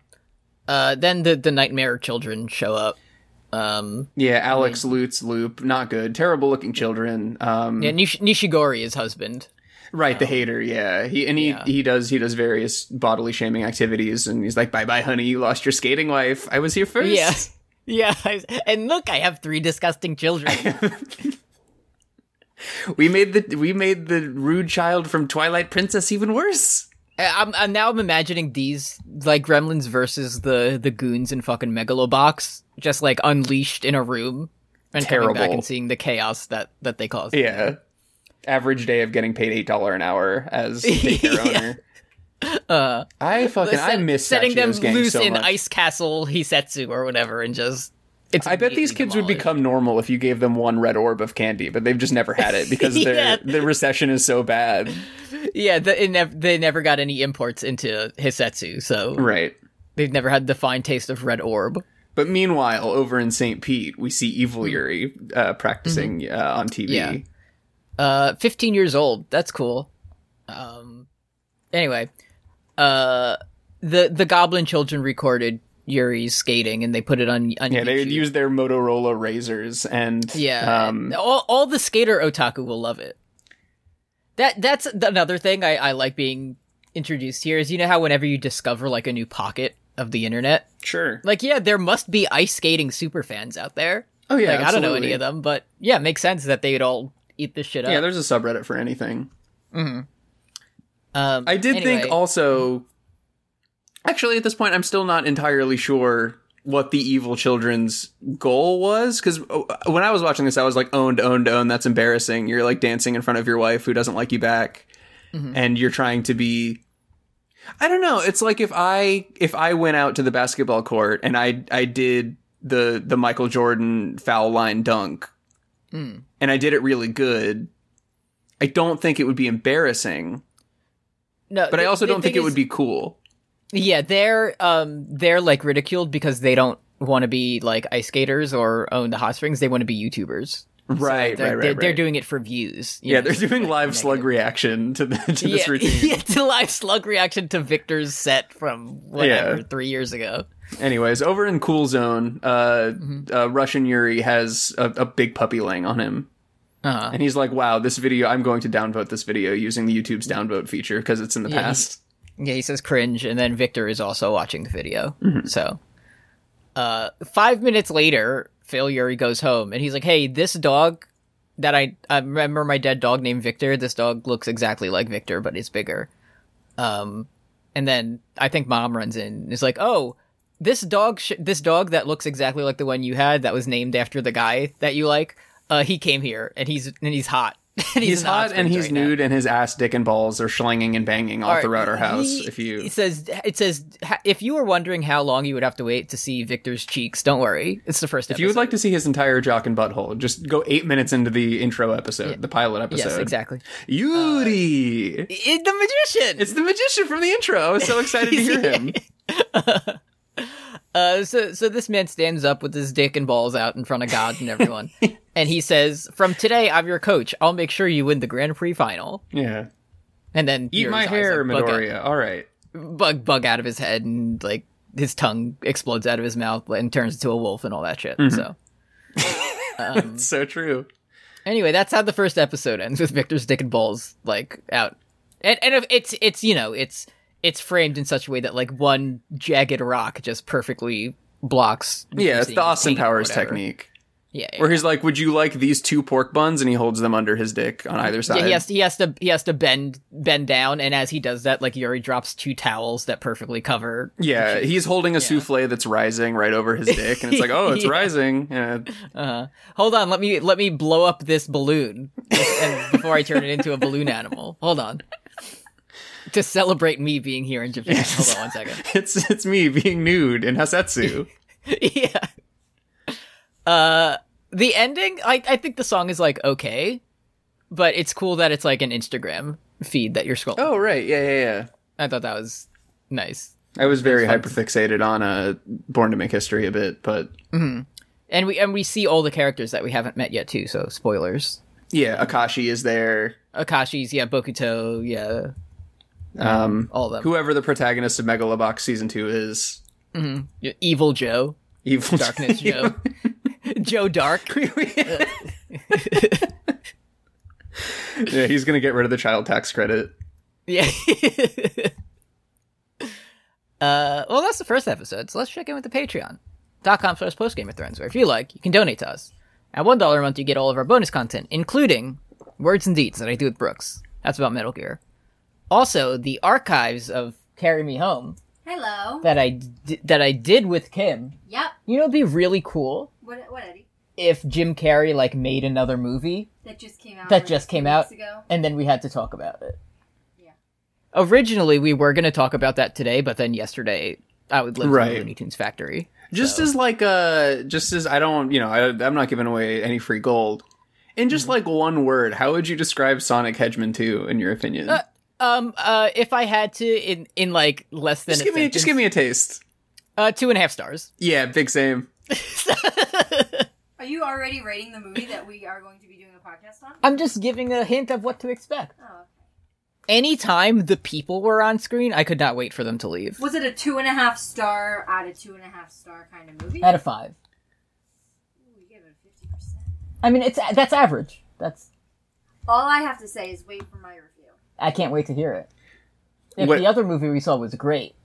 [SPEAKER 5] then the the nightmare children show up. Um,
[SPEAKER 6] Yeah, Alex Lutz Loop, not good, terrible looking children. Um,
[SPEAKER 5] yeah, Nish- Nishigori is husband.
[SPEAKER 6] Right, the hater. Yeah, he and he he does he does various bodily shaming activities, and he's like, "Bye bye, honey, you lost your skating wife. I was here first.
[SPEAKER 5] Yeah. Yeah, I- and look, I have three disgusting children.
[SPEAKER 6] we made the we made the rude child from Twilight Princess even worse.
[SPEAKER 5] I'm, I'm now I'm imagining these like gremlins versus the the goons in fucking Megalobox, just like unleashed in a room and coming back
[SPEAKER 6] Terrible.
[SPEAKER 5] and seeing the chaos that that they caused.
[SPEAKER 6] Yeah, average day of getting paid eight dollar an hour as daycare owner. I fucking I
[SPEAKER 5] Uh, Set-
[SPEAKER 6] miss
[SPEAKER 5] setting them
[SPEAKER 6] Sachio's gang
[SPEAKER 5] loose
[SPEAKER 6] so
[SPEAKER 5] in
[SPEAKER 6] much.
[SPEAKER 5] Ice Castle Hisetsu or whatever, and just it's.
[SPEAKER 6] I bet these
[SPEAKER 5] immediately
[SPEAKER 6] kids would
[SPEAKER 5] demolished.
[SPEAKER 6] become normal if you gave them one red orb of candy, but they've just never had it because their
[SPEAKER 5] Yeah.
[SPEAKER 6] the recession is so bad.
[SPEAKER 5] yeah. The, it nev- they never got any imports into Hisetsu, so
[SPEAKER 6] Right.
[SPEAKER 5] they've never had the fine taste of Red Orb.
[SPEAKER 6] But meanwhile, over in St. Pete, we see Evil Yuri uh, practicing uh, on TV.
[SPEAKER 5] Hmm. Mm-hmm. Yeah. Uh, 15 years old. That's cool. Um, anyway, uh, the the Goblin Children recorded Yuri's skating and they put it on. on
[SPEAKER 6] Yeah, they would
[SPEAKER 5] YouTube.
[SPEAKER 6] use their Motorola razors and
[SPEAKER 5] Yeah,
[SPEAKER 6] um,
[SPEAKER 5] all all the skater otaku will love it. That that's another thing I I like being introduced here is you know how whenever you discover like a new pocket of the internet,
[SPEAKER 6] sure.
[SPEAKER 5] like yeah, there must be ice skating super fans out there.
[SPEAKER 6] Oh yeah,
[SPEAKER 5] like I don't know
[SPEAKER 6] absolutely.
[SPEAKER 5] any of them, but yeah, it makes sense that they'd all eat this shit up.
[SPEAKER 6] Yeah, there's a subreddit for anything.
[SPEAKER 5] um,
[SPEAKER 6] I did
[SPEAKER 5] anyway. Mm-hmm.
[SPEAKER 6] think also, actually, at this point, I'm still not entirely sure what the evil children's goal was because when I was watching this, I was like, owned, owned, owned. That's embarrassing. You're like dancing in front of your wife who doesn't like you back,
[SPEAKER 5] Mm-hmm.
[SPEAKER 6] and you're trying to be. I don't know. It's like if I if I went out to the basketball court and I I did the the Michael Jordan foul line dunk,
[SPEAKER 5] Mm.
[SPEAKER 6] and I did it really good. I don't think it would be embarrassing
[SPEAKER 5] no,
[SPEAKER 6] but I
[SPEAKER 5] the-
[SPEAKER 6] also
[SPEAKER 5] the
[SPEAKER 6] don't think
[SPEAKER 5] thing
[SPEAKER 6] it
[SPEAKER 5] is-
[SPEAKER 6] would be cool.
[SPEAKER 5] Yeah, they're um they're like ridiculed because they don't want to be like ice skaters or own the hot springs. They want to be YouTubers.
[SPEAKER 6] Right,
[SPEAKER 5] They're, they're, they're doing it for views. you
[SPEAKER 6] yeah,
[SPEAKER 5] know,
[SPEAKER 6] they're doing
[SPEAKER 5] like,
[SPEAKER 6] live
[SPEAKER 5] negative.
[SPEAKER 6] slug reaction to, the, to
[SPEAKER 5] Yeah,
[SPEAKER 6] this routine.
[SPEAKER 5] yeah, to live slug reaction to Victor's set from whatever
[SPEAKER 6] Yeah.
[SPEAKER 5] three years ago.
[SPEAKER 6] Anyways, over in Cool Zone, uh,
[SPEAKER 5] Mm-hmm.
[SPEAKER 6] uh, Russian Yuri has a, a big puppy laying on him.
[SPEAKER 5] Uh-huh.
[SPEAKER 6] And he's like, wow, this video, I'm going to downvote this video using the YouTube's downvote feature because it's in the
[SPEAKER 5] Yeah,
[SPEAKER 6] past.
[SPEAKER 5] Yeah, he says cringe, and then Victor is also watching the video.
[SPEAKER 6] Mm-hmm.
[SPEAKER 5] So, uh, five minutes later, Phil Yuri goes home, and he's like, "Hey, this dog that I I remember my dead dog named Victor. This dog looks exactly like Victor, but it's bigger." Um, and then I think Mom runs in and is like, "Oh." This dog, sh- this dog that looks exactly like the one you had, that was named after the guy that you like. Uh, he came here, and he's and he's hot. and he's
[SPEAKER 6] He's
[SPEAKER 5] in the hot
[SPEAKER 6] hot and
[SPEAKER 5] springs
[SPEAKER 6] he's
[SPEAKER 5] right now.
[SPEAKER 6] nude and his ass, dick, and balls are slinging and banging all,
[SPEAKER 5] All right,
[SPEAKER 6] throughout our house.
[SPEAKER 5] he-
[SPEAKER 6] if you,
[SPEAKER 5] it says it says ha- if you were wondering how long you would have to wait to see Victor's cheeks, don't worry, it's the first.
[SPEAKER 6] if you would like to see his entire jock and butthole, just go eight minutes into the intro episode, the pilot episode.
[SPEAKER 5] yes, exactly. Uh,
[SPEAKER 6] Yuri.
[SPEAKER 5] It, the magician.
[SPEAKER 6] It's the magician from the intro. I was so excited to hear him.
[SPEAKER 5] Uh, so so this man stands up with his dick and balls out in front of God and everyone, and he says, "From today, I'm your coach. I'll make sure you win the Grand Prix final."
[SPEAKER 6] Yeah.
[SPEAKER 5] And then
[SPEAKER 6] Eat
[SPEAKER 5] Yuri's
[SPEAKER 6] my
[SPEAKER 5] eyes
[SPEAKER 6] hair,
[SPEAKER 5] like, bug out.
[SPEAKER 6] Midoriya. All right.
[SPEAKER 5] bug bug out of his head and like his tongue explodes out of his mouth and turns into a wolf and all that shit.
[SPEAKER 6] Mm-hmm.
[SPEAKER 5] So
[SPEAKER 6] It's so true.
[SPEAKER 5] anyway, that's how the first episode ends with Victor's dick and balls like out, and and if it's it's you know it's it's framed in such a way that like one jagged rock just perfectly blocks.
[SPEAKER 6] Yeah, it's
[SPEAKER 5] seeing
[SPEAKER 6] the Austin
[SPEAKER 5] paint or
[SPEAKER 6] Powers
[SPEAKER 5] whatever.
[SPEAKER 6] technique.
[SPEAKER 5] Yeah, yeah.
[SPEAKER 6] Where he's like, "Would you like these two pork buns?" and he holds them under his dick on either side.
[SPEAKER 5] Yeah, he has to he has to he has to bend bend down, and as he does that, like Yuri drops two towels that perfectly cover.
[SPEAKER 6] Yeah, he's holding a souffle that's rising right over his dick, and it's like, "Oh, it's
[SPEAKER 5] Yeah.
[SPEAKER 6] rising." Yeah.
[SPEAKER 5] Hold on, let me let me blow up this balloon and before I turn it into a balloon animal. Hold on. To celebrate me being here in Japan. Hold on one second.
[SPEAKER 6] It's it's me being nude in Hasetsu.
[SPEAKER 5] yeah. Uh the ending, I I think the song is like okay, but it's cool that it's like an Instagram feed that you're scrolling.
[SPEAKER 6] oh right, yeah, yeah, yeah.
[SPEAKER 5] I thought that was nice.
[SPEAKER 6] I was very hyperfixated on uh, Born to Make History a bit, but
[SPEAKER 5] And we and we see all the characters that we haven't met yet too, so spoilers.
[SPEAKER 6] yeah, Akashi is there.
[SPEAKER 5] Akashi's, yeah, Bokuto, yeah,
[SPEAKER 6] Um,
[SPEAKER 5] all of them.
[SPEAKER 6] whoever the protagonist of Megalobox season two is,
[SPEAKER 5] Yeah, Evil Joe,
[SPEAKER 6] evil
[SPEAKER 5] Darkness Joe, Joe Dark.
[SPEAKER 6] yeah, he's gonna get rid of the child tax credit.
[SPEAKER 5] Yeah. uh, well, that's the first episode, so let's check in with the Patreon. dot com slash postgame of thrones, where if you like, you can donate to us. At one dollar a month, you get all of our bonus content, including words and deeds that I do with Brooks. That's about Metal Gear. Also, the archives of Carry Me Home
[SPEAKER 7] Hello.
[SPEAKER 5] that I d- that I did with Kim.
[SPEAKER 7] Yep.
[SPEAKER 5] You know, it'd be really cool
[SPEAKER 7] What? What, Eddie?
[SPEAKER 5] if Jim Carrey like made another movie
[SPEAKER 7] That just came out.
[SPEAKER 5] that
[SPEAKER 7] like,
[SPEAKER 5] just
[SPEAKER 7] two
[SPEAKER 5] came
[SPEAKER 7] weeks
[SPEAKER 5] out,
[SPEAKER 7] Ago.
[SPEAKER 5] and then we had to talk about it.
[SPEAKER 7] Yeah.
[SPEAKER 5] Originally, we were going to talk about that today, but then yesterday, I would live in
[SPEAKER 6] Right.
[SPEAKER 5] the Looney Tunes factory.
[SPEAKER 6] Just as like uh just as I don't, you know, I, I'm not giving away any free gold. In just
[SPEAKER 5] Mhm.
[SPEAKER 6] like one word, how would you describe Sonic Hedgeman two in your opinion?
[SPEAKER 5] Um, uh, if I had to, in in like less than
[SPEAKER 6] just
[SPEAKER 5] a
[SPEAKER 6] give me, just give
[SPEAKER 5] sentence,
[SPEAKER 6] me a taste.
[SPEAKER 5] uh, two and a half stars.
[SPEAKER 6] Yeah, big same.
[SPEAKER 7] Are you already rating the movie that we are going to be doing a podcast on?
[SPEAKER 5] I'm just giving a hint of what to expect.
[SPEAKER 7] Oh.
[SPEAKER 5] Anytime the people were on screen, I could not wait for them to leave.
[SPEAKER 7] Was it a two and a half star out of two and a half star kind of movie?
[SPEAKER 5] Out of five,
[SPEAKER 7] Ooh, you gave it fifty percent.
[SPEAKER 5] I mean, it's that's average. That's
[SPEAKER 7] All I have to say is wait for my review.
[SPEAKER 5] I can't wait to hear it. If
[SPEAKER 6] What-
[SPEAKER 5] the other movie we saw was great,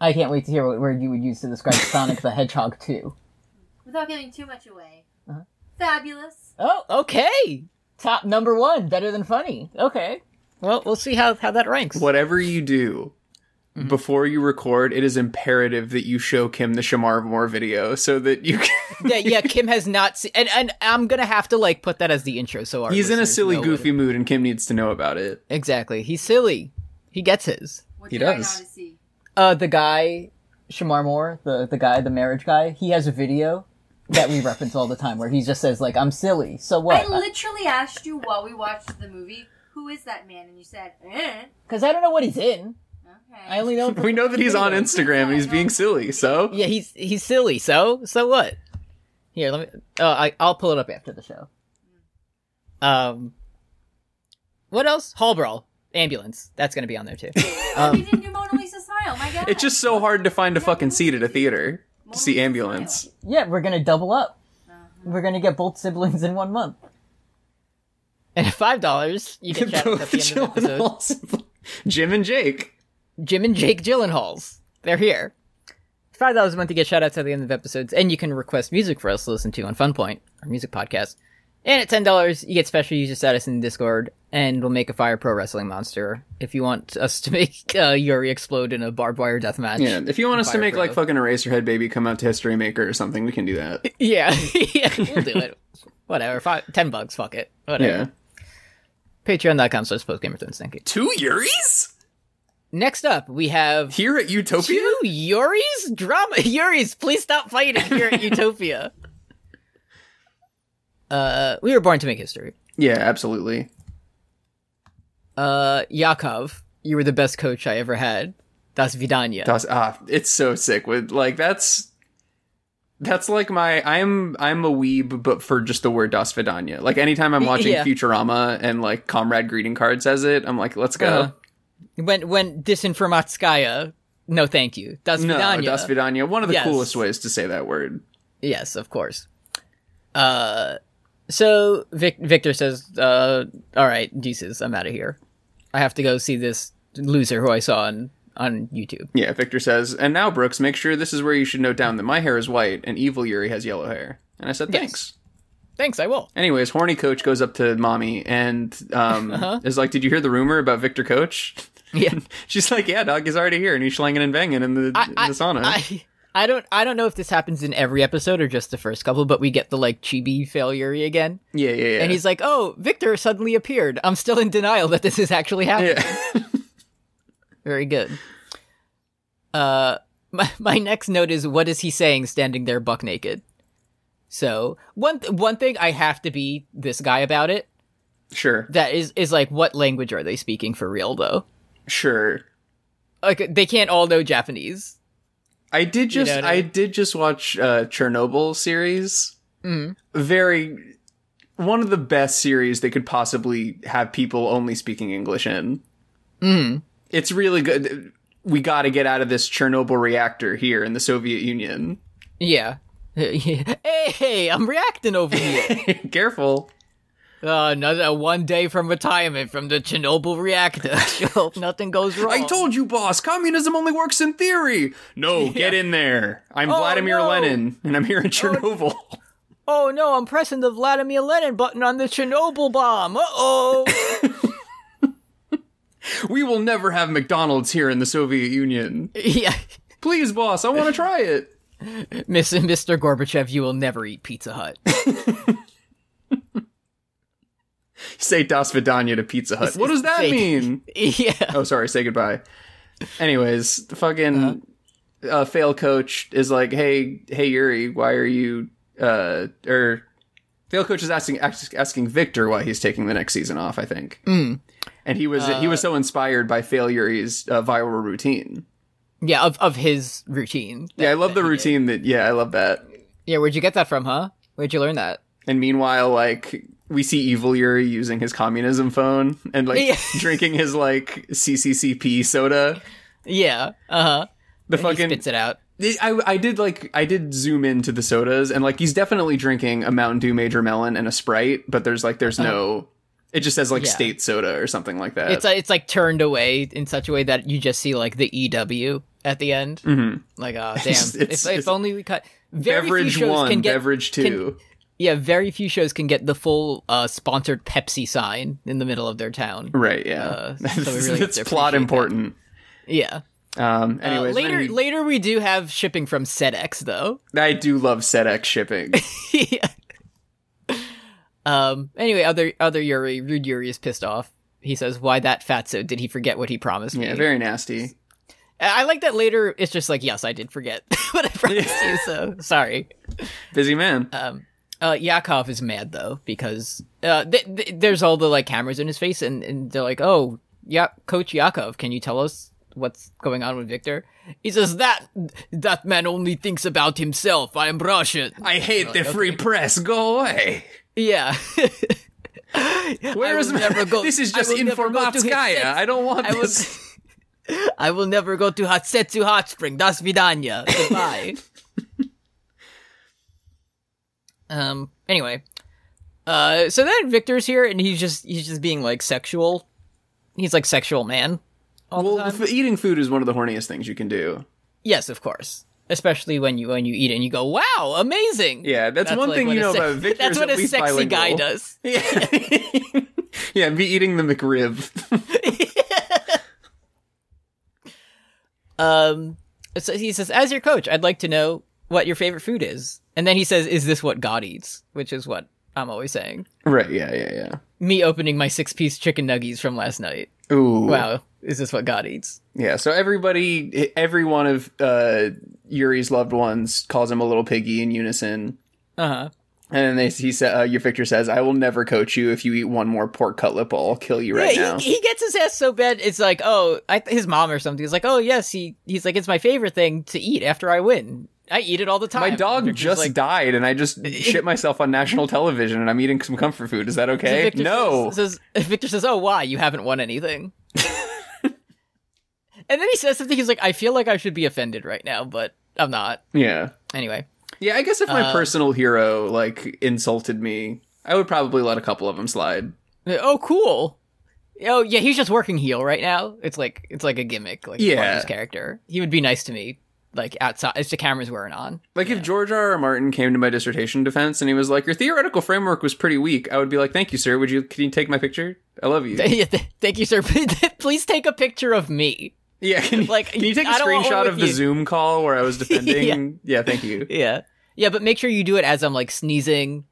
[SPEAKER 5] I can't wait to hear what word you would use to describe Sonic the Hedgehog 2.
[SPEAKER 7] Without giving too much away. Fabulous.
[SPEAKER 5] Oh, okay. Top number one, better than funny. Okay. Well, we'll see how, how that ranks.
[SPEAKER 6] Whatever you do
[SPEAKER 5] Mm-hmm.
[SPEAKER 6] before you record, it is imperative that you show Kim the Shamar Moore video so that you can.
[SPEAKER 5] Yeah, yeah. Kim has not seen, and and I'm gonna have to like put that as the intro. So our
[SPEAKER 6] He's in a
[SPEAKER 5] listeners
[SPEAKER 6] silly,
[SPEAKER 5] know what
[SPEAKER 6] goofy mood, and Kim needs to know about it.
[SPEAKER 5] it- exactly. He's silly. He gets his.
[SPEAKER 7] What
[SPEAKER 6] He
[SPEAKER 7] do I
[SPEAKER 6] does.
[SPEAKER 7] not see?
[SPEAKER 5] Uh, the guy, Shamar Moore, the the guy, the marriage guy. He has a video that we reference all the time where he just says like, "I'm silly." So
[SPEAKER 6] Oh.
[SPEAKER 7] I
[SPEAKER 5] what?
[SPEAKER 7] literally asked you while we watched the movie, who is that man? And you said, eh.
[SPEAKER 5] Because Uh, I don't know what he's in.
[SPEAKER 7] Okay.
[SPEAKER 5] I only know.
[SPEAKER 6] We know that he's on Instagram and he's being silly, so
[SPEAKER 5] Yeah, he's he's silly. So so what? Here, let me. Uh, I I'll pull it up after the show. Um, what else? Hall brawl, ambulance. That's gonna be on there too.
[SPEAKER 7] Oh, he didn't do Mona Lisa smile. My God.
[SPEAKER 6] it's um, just so hard to find a fucking seat at a theater to see ambulance.
[SPEAKER 5] yeah, we're gonna double up. We're gonna get both siblings in one month. And at five dollars, you get shout outs at the end of the episode.
[SPEAKER 6] Gyllenhaals. Jim and Jake.
[SPEAKER 5] Jim and Jake Gyllenhaals. They're here. Five dollars a month to get shout outs at the end of episodes, and you can request music for us to listen to on Funpoint, our music podcast. And at ten dollars, you get special user status in Discord, and we'll make a fire pro wrestling monster if you want us to make uh, Yuri explode in a barbed wire death match.
[SPEAKER 6] Yeah, if you want us to
[SPEAKER 5] Fire
[SPEAKER 6] make like
[SPEAKER 5] Pro.
[SPEAKER 6] fucking Eraserhead Baby come out to History Maker or something, we can do that.
[SPEAKER 5] yeah, yeah, we'll do it. Whatever, five, ten bucks, fuck it. Whatever.
[SPEAKER 6] Yeah.
[SPEAKER 5] Patreon.com slash postgamerthrones. Thank you.
[SPEAKER 6] Two Yuris?
[SPEAKER 5] Next up, we have
[SPEAKER 6] Here at Utopia?
[SPEAKER 5] two Yuri's drama. Yuri's, please stop fighting here at Utopia. Uh, we were born to make history.
[SPEAKER 6] Yeah, absolutely.
[SPEAKER 5] Uh, Yakov, you were the best coach I ever had. Das Vidania.
[SPEAKER 6] Das ah, it's so sick. With like that's that's like my I'm I'm a weeb, but for just the word Das Vidania. Like anytime I'm watching
[SPEAKER 5] Yeah.
[SPEAKER 6] Futurama and like Comrade Greeting Card says it, I'm like, let's go.
[SPEAKER 5] Uh, When when disinformatskaya, no thank you.
[SPEAKER 6] No,
[SPEAKER 5] Dasvidanya.
[SPEAKER 6] Dasvidanya. One of the
[SPEAKER 5] Yes.
[SPEAKER 6] coolest ways to say that word.
[SPEAKER 5] Yes, of course. Uh, so Vic- Victor says, uh, "All right, Jesus, I'm out of here. I have to go see this loser who I saw on on YouTube."
[SPEAKER 6] Yeah, Victor says, and now Brooks, make sure this is where you should note down that my hair is white and evil Yuri has yellow hair. And I said,
[SPEAKER 5] Yes.
[SPEAKER 6] thanks.
[SPEAKER 5] Thanks, I will.
[SPEAKER 6] Anyways, horny coach goes up to mommy and um,
[SPEAKER 5] Uh-huh.
[SPEAKER 6] is like, "Did you hear the rumor about Victor Coach?"
[SPEAKER 5] Yeah.
[SPEAKER 6] She's like, "Yeah, dog, he's already here and he's slanging and banging in the, in the sauna."
[SPEAKER 5] I, I don't I don't know if this happens in every episode or just the first couple, but we get the like chibi failure again.
[SPEAKER 6] yeah, yeah, yeah.
[SPEAKER 5] And he's like, "Oh, Victor suddenly appeared. I'm still in denial that this is actually happening."
[SPEAKER 6] yeah.
[SPEAKER 5] Very good. Uh, my, my next note is what is he saying standing there buck naked? So one th- one thing I have to be this guy about it
[SPEAKER 6] sure,
[SPEAKER 5] that is is like what language are they speaking for real though?
[SPEAKER 6] sure.
[SPEAKER 5] Like they can't all know Japanese.
[SPEAKER 6] I did just,
[SPEAKER 5] know what I
[SPEAKER 6] I,
[SPEAKER 5] mean?
[SPEAKER 6] did just watch uh, Chernobyl series.
[SPEAKER 5] Mm-hmm.
[SPEAKER 6] Very, one of the best series they could possibly have people only speaking English in. Mm.
[SPEAKER 5] Mm-hmm.
[SPEAKER 6] It's really good. We got to get out of this Chernobyl reactor here in the Soviet Union.
[SPEAKER 5] Yeah. hey, I'm reacting over here.
[SPEAKER 6] Careful.
[SPEAKER 5] uh, another one day from retirement from the Chernobyl reactor. I hope nothing goes wrong.
[SPEAKER 6] I told you, boss, communism only works in theory. No, get in there. I'm Vladimir
[SPEAKER 5] Oh, no.
[SPEAKER 6] Lenin, and I'm here in Chernobyl.
[SPEAKER 5] oh no, I'm pressing the Vladimir Lenin button on the Chernobyl bomb. Uh oh.
[SPEAKER 6] we will never have McDonald's here in the Soviet Union.
[SPEAKER 5] yeah.
[SPEAKER 6] Please, boss, I want to try it.
[SPEAKER 5] Miss, Mr. Gorbachev, you will never eat Pizza Hut.
[SPEAKER 6] Say Das Vidanya to Pizza Hut. What does that
[SPEAKER 5] Say-
[SPEAKER 6] mean?
[SPEAKER 5] yeah.
[SPEAKER 6] Oh, sorry, say goodbye. Anyways, the fucking
[SPEAKER 5] Uh-huh.
[SPEAKER 6] uh, fail coach is like, hey, hey, Yuri, why are you, uh, or fail coach is asking, ask- asking Victor why he's taking the next season off, I think.
[SPEAKER 5] Hmm.
[SPEAKER 6] And he was, he was so
[SPEAKER 5] Uh.
[SPEAKER 6] inspired by fail Yuri's uh, viral routine.
[SPEAKER 5] Yeah, of, of his routine.
[SPEAKER 6] Yeah, I love the routine that, yeah, I love that.
[SPEAKER 5] Yeah, where'd you get that from, huh? Where'd you learn that?
[SPEAKER 6] And meanwhile, like we see evil Yuri using his communism phone and like
[SPEAKER 5] Yeah.
[SPEAKER 6] drinking his like CCCP soda.
[SPEAKER 5] Yeah. Uh huh.
[SPEAKER 6] The
[SPEAKER 5] He
[SPEAKER 6] fucking
[SPEAKER 5] spits it out.
[SPEAKER 6] I I did like I did zoom into the sodas and like he's definitely drinking a Mountain Dew Major Melon and a Sprite, but there's like there's no. It just says like
[SPEAKER 5] Uh-huh. Yeah.
[SPEAKER 6] state soda or something like that.
[SPEAKER 5] It's uh, it's like turned away in such a way that you just see like the EW at the end. Like, oh damn!
[SPEAKER 6] It's-
[SPEAKER 5] if,
[SPEAKER 6] it's-
[SPEAKER 5] if
[SPEAKER 6] it's-
[SPEAKER 5] only we cut very few
[SPEAKER 6] beverage
[SPEAKER 5] shows
[SPEAKER 6] one,
[SPEAKER 5] can get-
[SPEAKER 6] beverage
[SPEAKER 5] can-
[SPEAKER 6] two.
[SPEAKER 5] yeah, very few shows can get the full uh, sponsored Pepsi sign in the middle of their town.
[SPEAKER 6] right? Yeah,
[SPEAKER 5] Uh, so we really
[SPEAKER 6] it's,
[SPEAKER 5] have to
[SPEAKER 6] it's plot
[SPEAKER 5] appreciate
[SPEAKER 6] important.
[SPEAKER 5] Yeah.
[SPEAKER 6] Um.
[SPEAKER 5] Uh,
[SPEAKER 6] Anyways,
[SPEAKER 5] later,
[SPEAKER 6] then he-
[SPEAKER 5] later we do have shipping from SedX though.
[SPEAKER 6] I do love SEDEX shipping.
[SPEAKER 5] yeah. Um. Anyway, other other Yuri, rude Yuri is pissed off. He says, "Why that fatso? Did he forget what he promised me?"
[SPEAKER 6] yeah, very nasty.
[SPEAKER 5] I I like that. Later, it's just like, "Yes, I did forget what I promised you." So sorry.
[SPEAKER 6] Busy man.
[SPEAKER 5] Uh, Yakov is mad though because uh, th- th- there's all the like cameras in his face, and, and they're like, "Oh, yeah, Coach Yakov, can you tell us what's going on with Victor?" He says that that man only thinks about himself. I am Russian.
[SPEAKER 6] I
[SPEAKER 5] oh,
[SPEAKER 6] hate the free press. Go away.
[SPEAKER 5] yeah.
[SPEAKER 6] Where
[SPEAKER 5] I
[SPEAKER 6] is
[SPEAKER 5] will never go-
[SPEAKER 6] this? Is
[SPEAKER 5] I
[SPEAKER 6] just
[SPEAKER 5] will never go to his
[SPEAKER 6] informatskaya.
[SPEAKER 5] sex.
[SPEAKER 6] I don't want
[SPEAKER 5] I will-
[SPEAKER 6] this.
[SPEAKER 5] I will never go to Hatsetsu Hot Spring. Das Vidanya. Goodbye. um. Anyway, uh. So then Victor's here, and he's just he's just being like sexual. He's like sexual man. All the
[SPEAKER 6] Well,
[SPEAKER 5] time.
[SPEAKER 6] f- eating food is one of the horniest things you can do.
[SPEAKER 5] yes, of course. Especially when you when you eat it and you go, wow, amazing.
[SPEAKER 6] Yeah, that's one
[SPEAKER 5] like,
[SPEAKER 6] thing
[SPEAKER 5] what
[SPEAKER 6] you
[SPEAKER 5] a
[SPEAKER 6] know
[SPEAKER 5] sex-
[SPEAKER 6] about Victor
[SPEAKER 5] That's
[SPEAKER 6] is
[SPEAKER 5] what
[SPEAKER 6] at
[SPEAKER 5] a
[SPEAKER 6] least
[SPEAKER 5] sexy
[SPEAKER 6] bilingual.
[SPEAKER 5] guy does.
[SPEAKER 6] Yeah, be eating the McRib.
[SPEAKER 5] Um. So he says, as your coach, I'd like to know what your favorite food is. And then he says, is this what God eats? Which is what I'm always saying.
[SPEAKER 6] right? Yeah, yeah,
[SPEAKER 5] me opening my six piece chicken nuggies from last night.
[SPEAKER 6] yeah. Ooh,
[SPEAKER 5] Wow, is this what God eats?
[SPEAKER 6] Yeah. So everybody, every one of uh, Yuri's loved ones calls him a little piggy in unison.
[SPEAKER 5] Uh
[SPEAKER 6] Uh-huh.
[SPEAKER 5] huh.
[SPEAKER 6] And then they, he said, uh, "Your Victor says, I will never coach you if you eat one more pork cutlet ball. I'll kill you right
[SPEAKER 5] Yeah,
[SPEAKER 6] now.'
[SPEAKER 5] he, he gets his ass so bad. It's like, oh, I, his mom or something is like, oh yes, he he's like, it's my favorite thing to eat after I win. I eat it all the time.
[SPEAKER 6] My dog
[SPEAKER 5] Victor's
[SPEAKER 6] just
[SPEAKER 5] like-
[SPEAKER 6] died, and I just shit myself on national television, and I'm eating some comfort food. Is that okay?
[SPEAKER 5] Victor
[SPEAKER 6] No.
[SPEAKER 5] says, says- Victor says, oh why you haven't won anything. And then he says something. He's like, I feel like I should be offended right now, but I'm not.
[SPEAKER 6] Yeah.
[SPEAKER 5] Anyway,
[SPEAKER 6] Yeah, I guess if my personal hero like insulted me, I would probably let a couple of them slide.
[SPEAKER 5] oh cool. Oh yeah, he's just working heel right now. It's like it's like a gimmick, like yeah. part
[SPEAKER 6] Yeah.
[SPEAKER 5] of his character. He would be nice to me, like outside if the cameras weren't on.
[SPEAKER 6] Like if George R. R. Martin came to my dissertation defense and he was like, "Your theoretical framework was pretty weak," I would be like, "Thank you, sir. Would you can you take my picture? I love you."
[SPEAKER 5] Yeah, th- Thank you, sir. Please take a picture of me.
[SPEAKER 6] Yeah, can you,
[SPEAKER 5] Like,
[SPEAKER 6] like, can you take a
[SPEAKER 5] I don't want one
[SPEAKER 6] screenshot
[SPEAKER 5] with
[SPEAKER 6] of the
[SPEAKER 5] you.
[SPEAKER 6] Zoom call where I was defending? yeah. thank you.
[SPEAKER 5] Yeah, yeah, but make sure you do it as I'm like sneezing,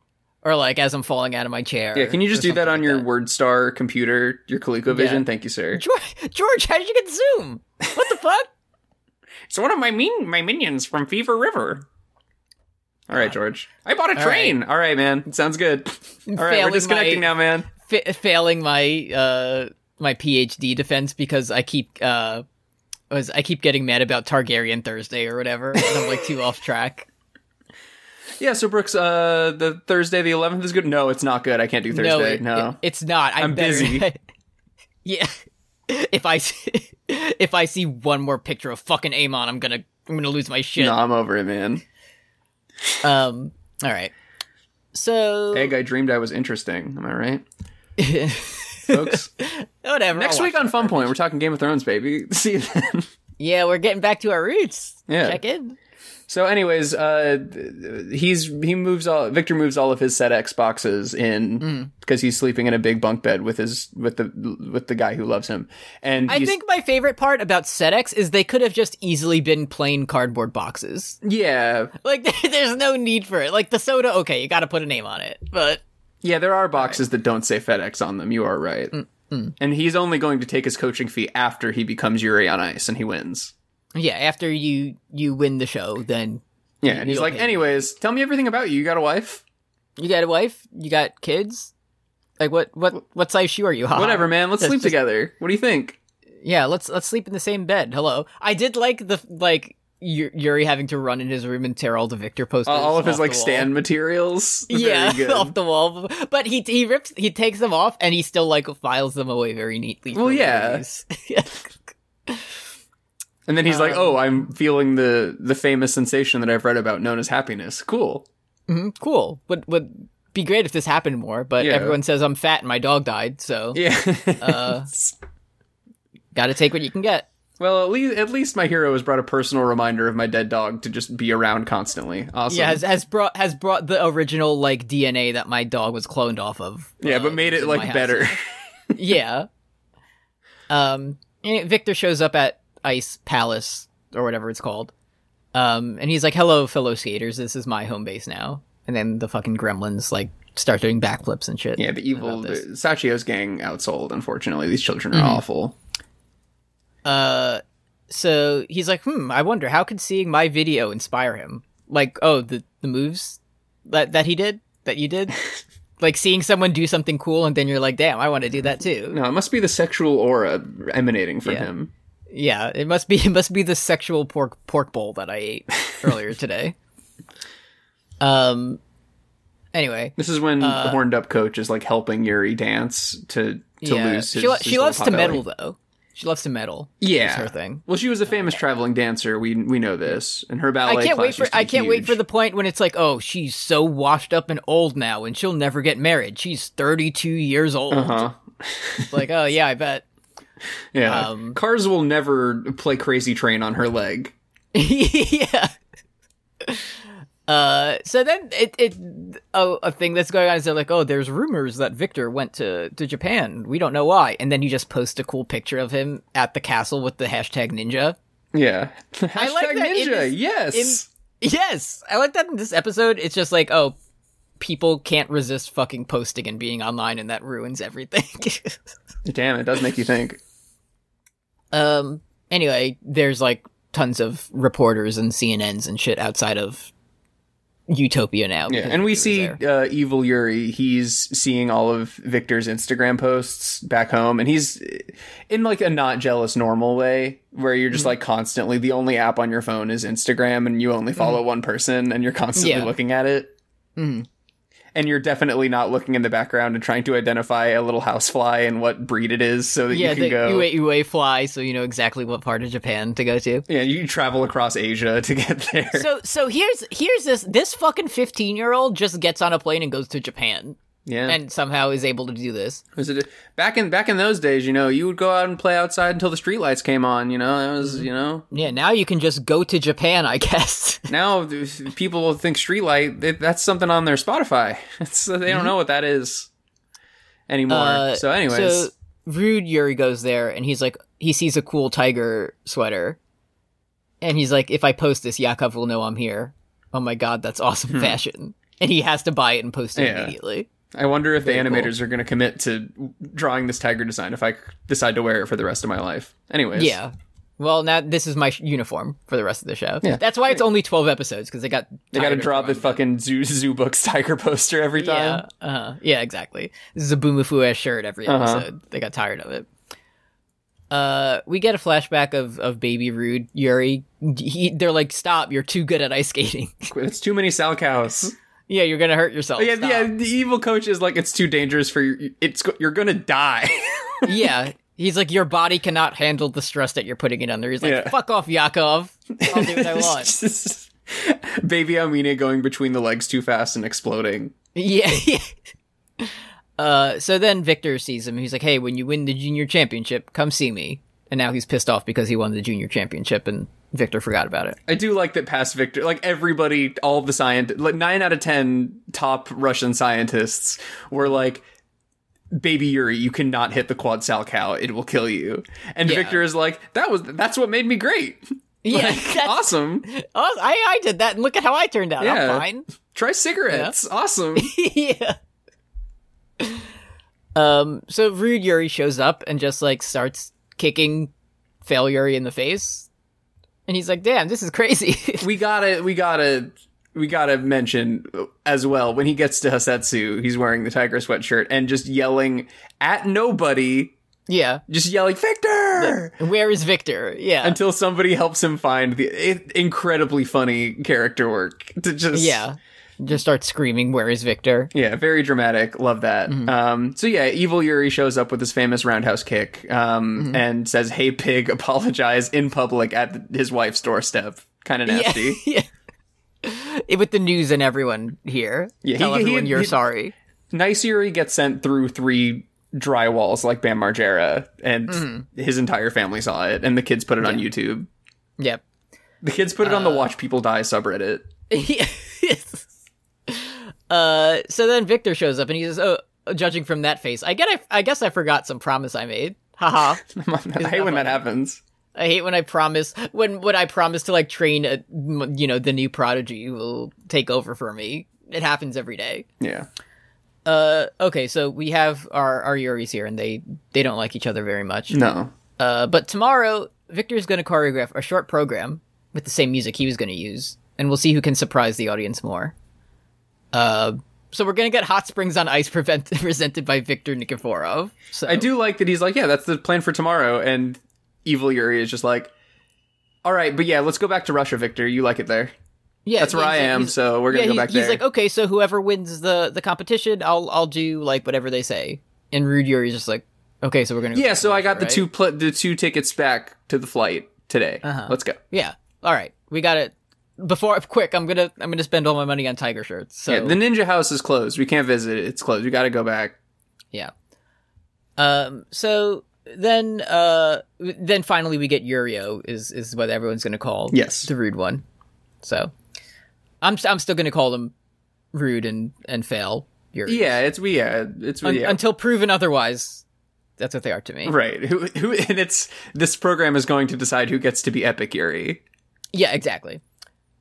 [SPEAKER 5] or like as I'm falling out of my chair.
[SPEAKER 6] Yeah, can you just
[SPEAKER 5] or
[SPEAKER 6] do that
[SPEAKER 5] something
[SPEAKER 6] on your
[SPEAKER 5] like
[SPEAKER 6] WordStar computer, your ColecoVision?
[SPEAKER 5] Yeah.
[SPEAKER 6] Thank you, sir.
[SPEAKER 5] George, George, how did you get Zoom? What the fuck?
[SPEAKER 6] It's one of my mean my minions from Fever River. All
[SPEAKER 5] Uh,
[SPEAKER 6] right, George. I bought a train. All right, man. Sounds good. All right, we're
[SPEAKER 5] Failing
[SPEAKER 6] disconnecting
[SPEAKER 5] my-
[SPEAKER 6] now, man.
[SPEAKER 5] fa- failing my uh my PhD defense because I keep uh was I keep getting mad about Targaryen Thursday or whatever. And I'm like too off track.
[SPEAKER 6] Yeah, so Brooks, uh, the Thursday the 11th is good. No, it's not good. I can't do Thursday. No,
[SPEAKER 5] it- it- it's not. I'm,
[SPEAKER 6] I'm
[SPEAKER 5] better-
[SPEAKER 6] busy.
[SPEAKER 5] yeah. If I see, if I see one more picture of fucking Amon, I'm gonna I'm gonna lose my shit.
[SPEAKER 6] no, I'm over it, man.
[SPEAKER 5] Um. All right. So
[SPEAKER 6] Egg, I dreamed I was interesting. Am I right, folks?
[SPEAKER 5] whatever.
[SPEAKER 6] Next
[SPEAKER 5] I'll
[SPEAKER 6] week
[SPEAKER 5] watch
[SPEAKER 6] on Fun Point, we're talking Game of Thrones, baby. See you then.
[SPEAKER 5] it. Yeah, we're getting back to our roots.
[SPEAKER 6] Yeah.
[SPEAKER 5] Check in.
[SPEAKER 6] So, anyways, uh, he's he moves all Victor moves all of his set X boxes in because he's sleeping in a big bunk bed with his with the with the guy who loves him, and
[SPEAKER 5] I
[SPEAKER 6] he's-
[SPEAKER 5] think my favorite part about Sedex is they could have just easily been plain cardboard boxes.
[SPEAKER 6] yeah,
[SPEAKER 5] Like there's no need for it. Like the soda, okay, you got to put a name on it, but
[SPEAKER 6] yeah, there are boxes that don't say FedEx on them. You are right, and he's only going to take his coaching fee after he becomes Yuri on Ice and he wins.
[SPEAKER 5] yeah, after you you win the show, then
[SPEAKER 6] Yeah, and he's
[SPEAKER 5] You'll
[SPEAKER 6] like,
[SPEAKER 5] pay me.
[SPEAKER 6] anyways, tell me everything about you. You got a wife?
[SPEAKER 5] you got a wife, you got kids. Like what what what size shoe are you? Haha.
[SPEAKER 6] Whatever, man. Let's
[SPEAKER 5] That's
[SPEAKER 6] sleep
[SPEAKER 5] Uh, just-
[SPEAKER 6] together. What do you think?
[SPEAKER 5] Yeah, let's let's sleep in the same bed. Hello. I did like the like Yu- Yuri having to run in his room and tear all the Victor posters.
[SPEAKER 6] Uh, all of his
[SPEAKER 5] off the
[SPEAKER 6] like
[SPEAKER 5] wall.
[SPEAKER 6] stand materials. Very
[SPEAKER 5] Yeah,
[SPEAKER 6] good.
[SPEAKER 5] off the wall. But he he rips he takes them off and he still like files them away very neatly. for
[SPEAKER 6] Well, yeah.
[SPEAKER 5] reuse.
[SPEAKER 6] And then he's
[SPEAKER 5] Um,
[SPEAKER 6] like, "Oh, I'm feeling the the famous sensation that I've read about, known as happiness. Cool.
[SPEAKER 5] Mhm, cool. Would would be great if this happened more, but
[SPEAKER 6] Yeah.
[SPEAKER 5] everyone says I'm fat and my dog died, so
[SPEAKER 6] Yeah.
[SPEAKER 5] uh, got to take what you can get.
[SPEAKER 6] well, at least at least my hero has brought a personal reminder of my dead dog to just be around constantly. Awesome.
[SPEAKER 5] Yeah, has, has brought has brought the original like DNA that my dog was cloned off of.
[SPEAKER 6] yeah,
[SPEAKER 5] uh,
[SPEAKER 6] but made it
[SPEAKER 5] in my
[SPEAKER 6] like
[SPEAKER 5] house.
[SPEAKER 6] better.
[SPEAKER 5] yeah. Um, and Victor shows up at Ice Palace or whatever it's called, um, and he's like, "Hello, fellow skaters. This is my home base now." And then the fucking gremlins like start doing backflips and shit.
[SPEAKER 6] yeah, the evil
[SPEAKER 5] About this. Mm-hmm.
[SPEAKER 6] the, Sachio's gang outsold. Unfortunately, these children are awful.
[SPEAKER 5] Uh, so he's like, hmm, I wonder how could seeing my video inspire him? Like, oh, the the moves that that he did, that you did, like seeing someone do something cool, and then you're like, damn, I want to do that too.
[SPEAKER 6] No, it must be the sexual aura emanating from
[SPEAKER 5] Yeah.
[SPEAKER 6] him.
[SPEAKER 5] Yeah, it must be it must be the sexual pork pork bowl that I ate earlier today. Um. Anyway,
[SPEAKER 6] This is when
[SPEAKER 5] Uh,
[SPEAKER 6] the horned up coach is like helping Yuri dance to to
[SPEAKER 5] yeah,
[SPEAKER 6] lose. His,
[SPEAKER 5] she lo-
[SPEAKER 6] his
[SPEAKER 5] she
[SPEAKER 6] little
[SPEAKER 5] loves to
[SPEAKER 6] potbelly.
[SPEAKER 5] medal though. She loves to medal.
[SPEAKER 6] Yeah,
[SPEAKER 5] It's her thing.
[SPEAKER 6] Well, she was a famous traveling dancer. We we know this, and her ballet.
[SPEAKER 5] I can't
[SPEAKER 6] class
[SPEAKER 5] wait for
[SPEAKER 6] used to be
[SPEAKER 5] I can't wait
[SPEAKER 6] huge.
[SPEAKER 5] for the point when it's like, oh, she's so washed up and old now, and she'll never get married. She's thirty two years old.
[SPEAKER 6] Uh-huh.
[SPEAKER 5] It's like, oh yeah, I bet.
[SPEAKER 6] yeah.
[SPEAKER 5] um,
[SPEAKER 6] Cars will never play Crazy Train on her leg.
[SPEAKER 5] yeah. Uh, so then it it a, a thing that's going on is they're like, oh, there's rumors that Victor went to to Japan. We don't know why. And then you just post a cool picture of him at the castle with the hashtag ninja.
[SPEAKER 6] Yeah, hashtag
[SPEAKER 5] I like that
[SPEAKER 6] ninja.
[SPEAKER 5] in this-
[SPEAKER 6] yes,
[SPEAKER 5] Yes, I like that in this episode. It's just like, oh, people can't resist fucking posting and being online, and that ruins everything.
[SPEAKER 6] damn, it does make you think.
[SPEAKER 5] um. Anyway, there's like tons of reporters and CNNs and shit outside of Utopia now.
[SPEAKER 6] Yeah,
[SPEAKER 5] because
[SPEAKER 6] and
[SPEAKER 5] Victor
[SPEAKER 6] we
[SPEAKER 5] was
[SPEAKER 6] see
[SPEAKER 5] there.
[SPEAKER 6] uh, evil Yuri. He's seeing all of Victor's Instagram posts back home, and he's in like a not jealous normal way, where you're just
[SPEAKER 5] Mm-hmm.
[SPEAKER 6] like constantly the only app on your
[SPEAKER 5] Mm.
[SPEAKER 6] phone is Instagram, and you only follow one person, and you're constantly
[SPEAKER 5] Yeah.
[SPEAKER 6] looking at it. and you're definitely not looking in the background and trying to identify a little housefly and what breed it is so that
[SPEAKER 5] yeah,
[SPEAKER 6] you can
[SPEAKER 5] the
[SPEAKER 6] go.
[SPEAKER 5] Ue Ue fly, so you know exactly what part of Japan to go to.
[SPEAKER 6] yeah, you travel across Asia to get there.
[SPEAKER 5] So so here's here's this this fucking 15-year-old just gets on a plane and goes to Japan
[SPEAKER 6] yeah,
[SPEAKER 5] and somehow is able to do this.
[SPEAKER 6] Was it back in back in those days? You know, you would go out and play outside until the streetlights came on. You know, that
[SPEAKER 5] Mm-hmm.
[SPEAKER 6] was you know.
[SPEAKER 5] Yeah, now you can just go to Japan, I guess.
[SPEAKER 6] Now th- people think streetlight th- that's something on their Spotify. It's, they don't know what that is anymore.
[SPEAKER 5] Mm-hmm. Uh,
[SPEAKER 6] so, anyways,
[SPEAKER 5] so Rude Yuri goes there and he's like, he sees a cool tiger sweater, and he's like, if I post this, Yakov will know I'm here. Oh my god, that's awesome fashion! And he has to buy it and post it
[SPEAKER 6] Hmm. Yeah.
[SPEAKER 5] immediately.
[SPEAKER 6] I wonder if the
[SPEAKER 5] cool.
[SPEAKER 6] animators are going to commit to drawing this tiger design if I c- decide to wear it for the rest of my life. Anyways,
[SPEAKER 5] Yeah. Well, now this is my sh- uniform for the rest of the show. That's why it's only twelve episodes because they got
[SPEAKER 6] they got to draw the fucking zoo zoo books tiger poster every time. Uh-huh.
[SPEAKER 5] Yeah, uh yeah, exactly. This is a Boomafua shirt every episode. They got tired of it. Uh, we get a flashback of of baby Rude Yuri. He, they're like, "Stop! You're too good at ice skating.
[SPEAKER 6] It's too many sow cows.
[SPEAKER 5] yeah, you're gonna hurt yourself.
[SPEAKER 6] Yeah,
[SPEAKER 5] Stop."
[SPEAKER 6] yeah. The evil coach is like, it's too dangerous for you. It's go- you're gonna die.
[SPEAKER 5] yeah." He's like, "Your body cannot handle the stress that you're putting it under." He's like,
[SPEAKER 6] Yeah.
[SPEAKER 5] "Fuck off, Yakov. I'll do what I want."
[SPEAKER 6] It's just- Baby Almina going between the legs too fast and exploding.
[SPEAKER 5] yeah. yeah. Uh, so then Victor sees him. He's like, "Hey, when you win the junior championship, come see me." And now he's pissed off because he won the junior championship, and Victor forgot about it.
[SPEAKER 6] I do like that past Victor, like everybody, all the scientists, like nine out of ten top Russian scientists were like, "Baby Yuri, you cannot hit the quad sal cow; it will kill you." And
[SPEAKER 5] Yeah.
[SPEAKER 6] Victor is like, "That was that's what made me great.
[SPEAKER 5] Yeah,
[SPEAKER 6] Like,
[SPEAKER 5] that's-
[SPEAKER 6] awesome.
[SPEAKER 5] Oh, I, I did that, and look at how I turned out.
[SPEAKER 6] Yeah.
[SPEAKER 5] I'm fine.
[SPEAKER 6] Try cigarettes. Awesome."
[SPEAKER 5] yeah. Um. So Rude Yuri shows up and just like starts kicking Fail Yuri in the face, and he's like, "Damn, this is crazy."
[SPEAKER 6] we gotta we gotta we gotta mention as well when he gets to Hasetsu, he's wearing the tiger sweatshirt and just yelling at nobody,
[SPEAKER 5] yeah.
[SPEAKER 6] just yelling Victor
[SPEAKER 5] Where is Victor? Yeah.
[SPEAKER 6] until somebody helps him find the it, incredibly funny character work. To just
[SPEAKER 5] yeah. Just starts screaming, "Where is Victor?"
[SPEAKER 6] yeah, very dramatic. Love that.
[SPEAKER 5] Mm-hmm.
[SPEAKER 6] Um, so yeah, evil Yuri shows up with his famous roundhouse kick um,
[SPEAKER 5] Mm-hmm.
[SPEAKER 6] and says, "Hey pig, apologize in public at his wife's doorstep." Kind of nasty.
[SPEAKER 5] Yeah. yeah. With the news and everyone here,
[SPEAKER 6] Yeah,
[SPEAKER 5] tell
[SPEAKER 6] he- he-
[SPEAKER 5] everyone you're
[SPEAKER 6] he-
[SPEAKER 5] sorry.
[SPEAKER 6] Nice Yuri gets sent through three dry walls like Bam Margera, and his entire family saw it, and the kids put it on YouTube.
[SPEAKER 5] Yep.
[SPEAKER 6] The kids put it on the Watch People Die subreddit.
[SPEAKER 5] Yes. uh, so then Victor shows up and he says, "Oh, judging from that face, I get. I, I guess I forgot some promise I made. Haha.
[SPEAKER 6] I hate when that happens.
[SPEAKER 5] I hate when I promise when when I promise to like train a, m- you know the new prodigy who will take over for me. It happens every day.
[SPEAKER 6] Yeah.
[SPEAKER 5] Uh, okay, so we have our our Yuris here and they they don't like each other very much.
[SPEAKER 6] No.
[SPEAKER 5] Uh, but tomorrow Victor's going to choreograph a short program with the same music he was going to use, and we'll see who can surprise the audience more. Uh, so we're going to get hot springs on ice prevent- presented by Victor Nikiforov. So
[SPEAKER 6] I do like that he's like, yeah, that's the plan for tomorrow, and evil Yuri is just like, all right, but yeah, let's go back to Russia, Victor. You like it there.
[SPEAKER 5] yeah,
[SPEAKER 6] That's where
[SPEAKER 5] yeah,
[SPEAKER 6] I
[SPEAKER 5] he's like-
[SPEAKER 6] am,
[SPEAKER 5] he's-
[SPEAKER 6] so we're gonna
[SPEAKER 5] yeah,
[SPEAKER 6] go
[SPEAKER 5] he-
[SPEAKER 6] back
[SPEAKER 5] he's
[SPEAKER 6] there.
[SPEAKER 5] like, okay, so whoever wins the the competition, I'll I'll do like whatever they say. And Rude Yuri's just like, okay, so we're going to
[SPEAKER 6] yeah, so I got the
[SPEAKER 5] right?
[SPEAKER 6] two pl- the two tickets back to the flight today. Let's go.
[SPEAKER 5] yeah, all right, we got it. Before quick, I'm gonna I'm gonna spend all my money on tiger shirts. So
[SPEAKER 6] Yeah, the ninja house is closed. We can't visit it. It's closed. We got to go back.
[SPEAKER 5] Yeah. Um. So then, uh, then finally we get Yurio is is what everyone's going to call
[SPEAKER 6] Yes.
[SPEAKER 5] the rude one. So, I'm st- I'm still going to call them rude and and fail Yurio.
[SPEAKER 6] Yeah, it's we. Yeah, it's
[SPEAKER 5] Un-
[SPEAKER 6] yeah.
[SPEAKER 5] Until proven otherwise, that's what they are to me.
[SPEAKER 6] right. Who who? And it's this program is going to decide who gets to be Epic Yuri.
[SPEAKER 5] Yeah. Exactly.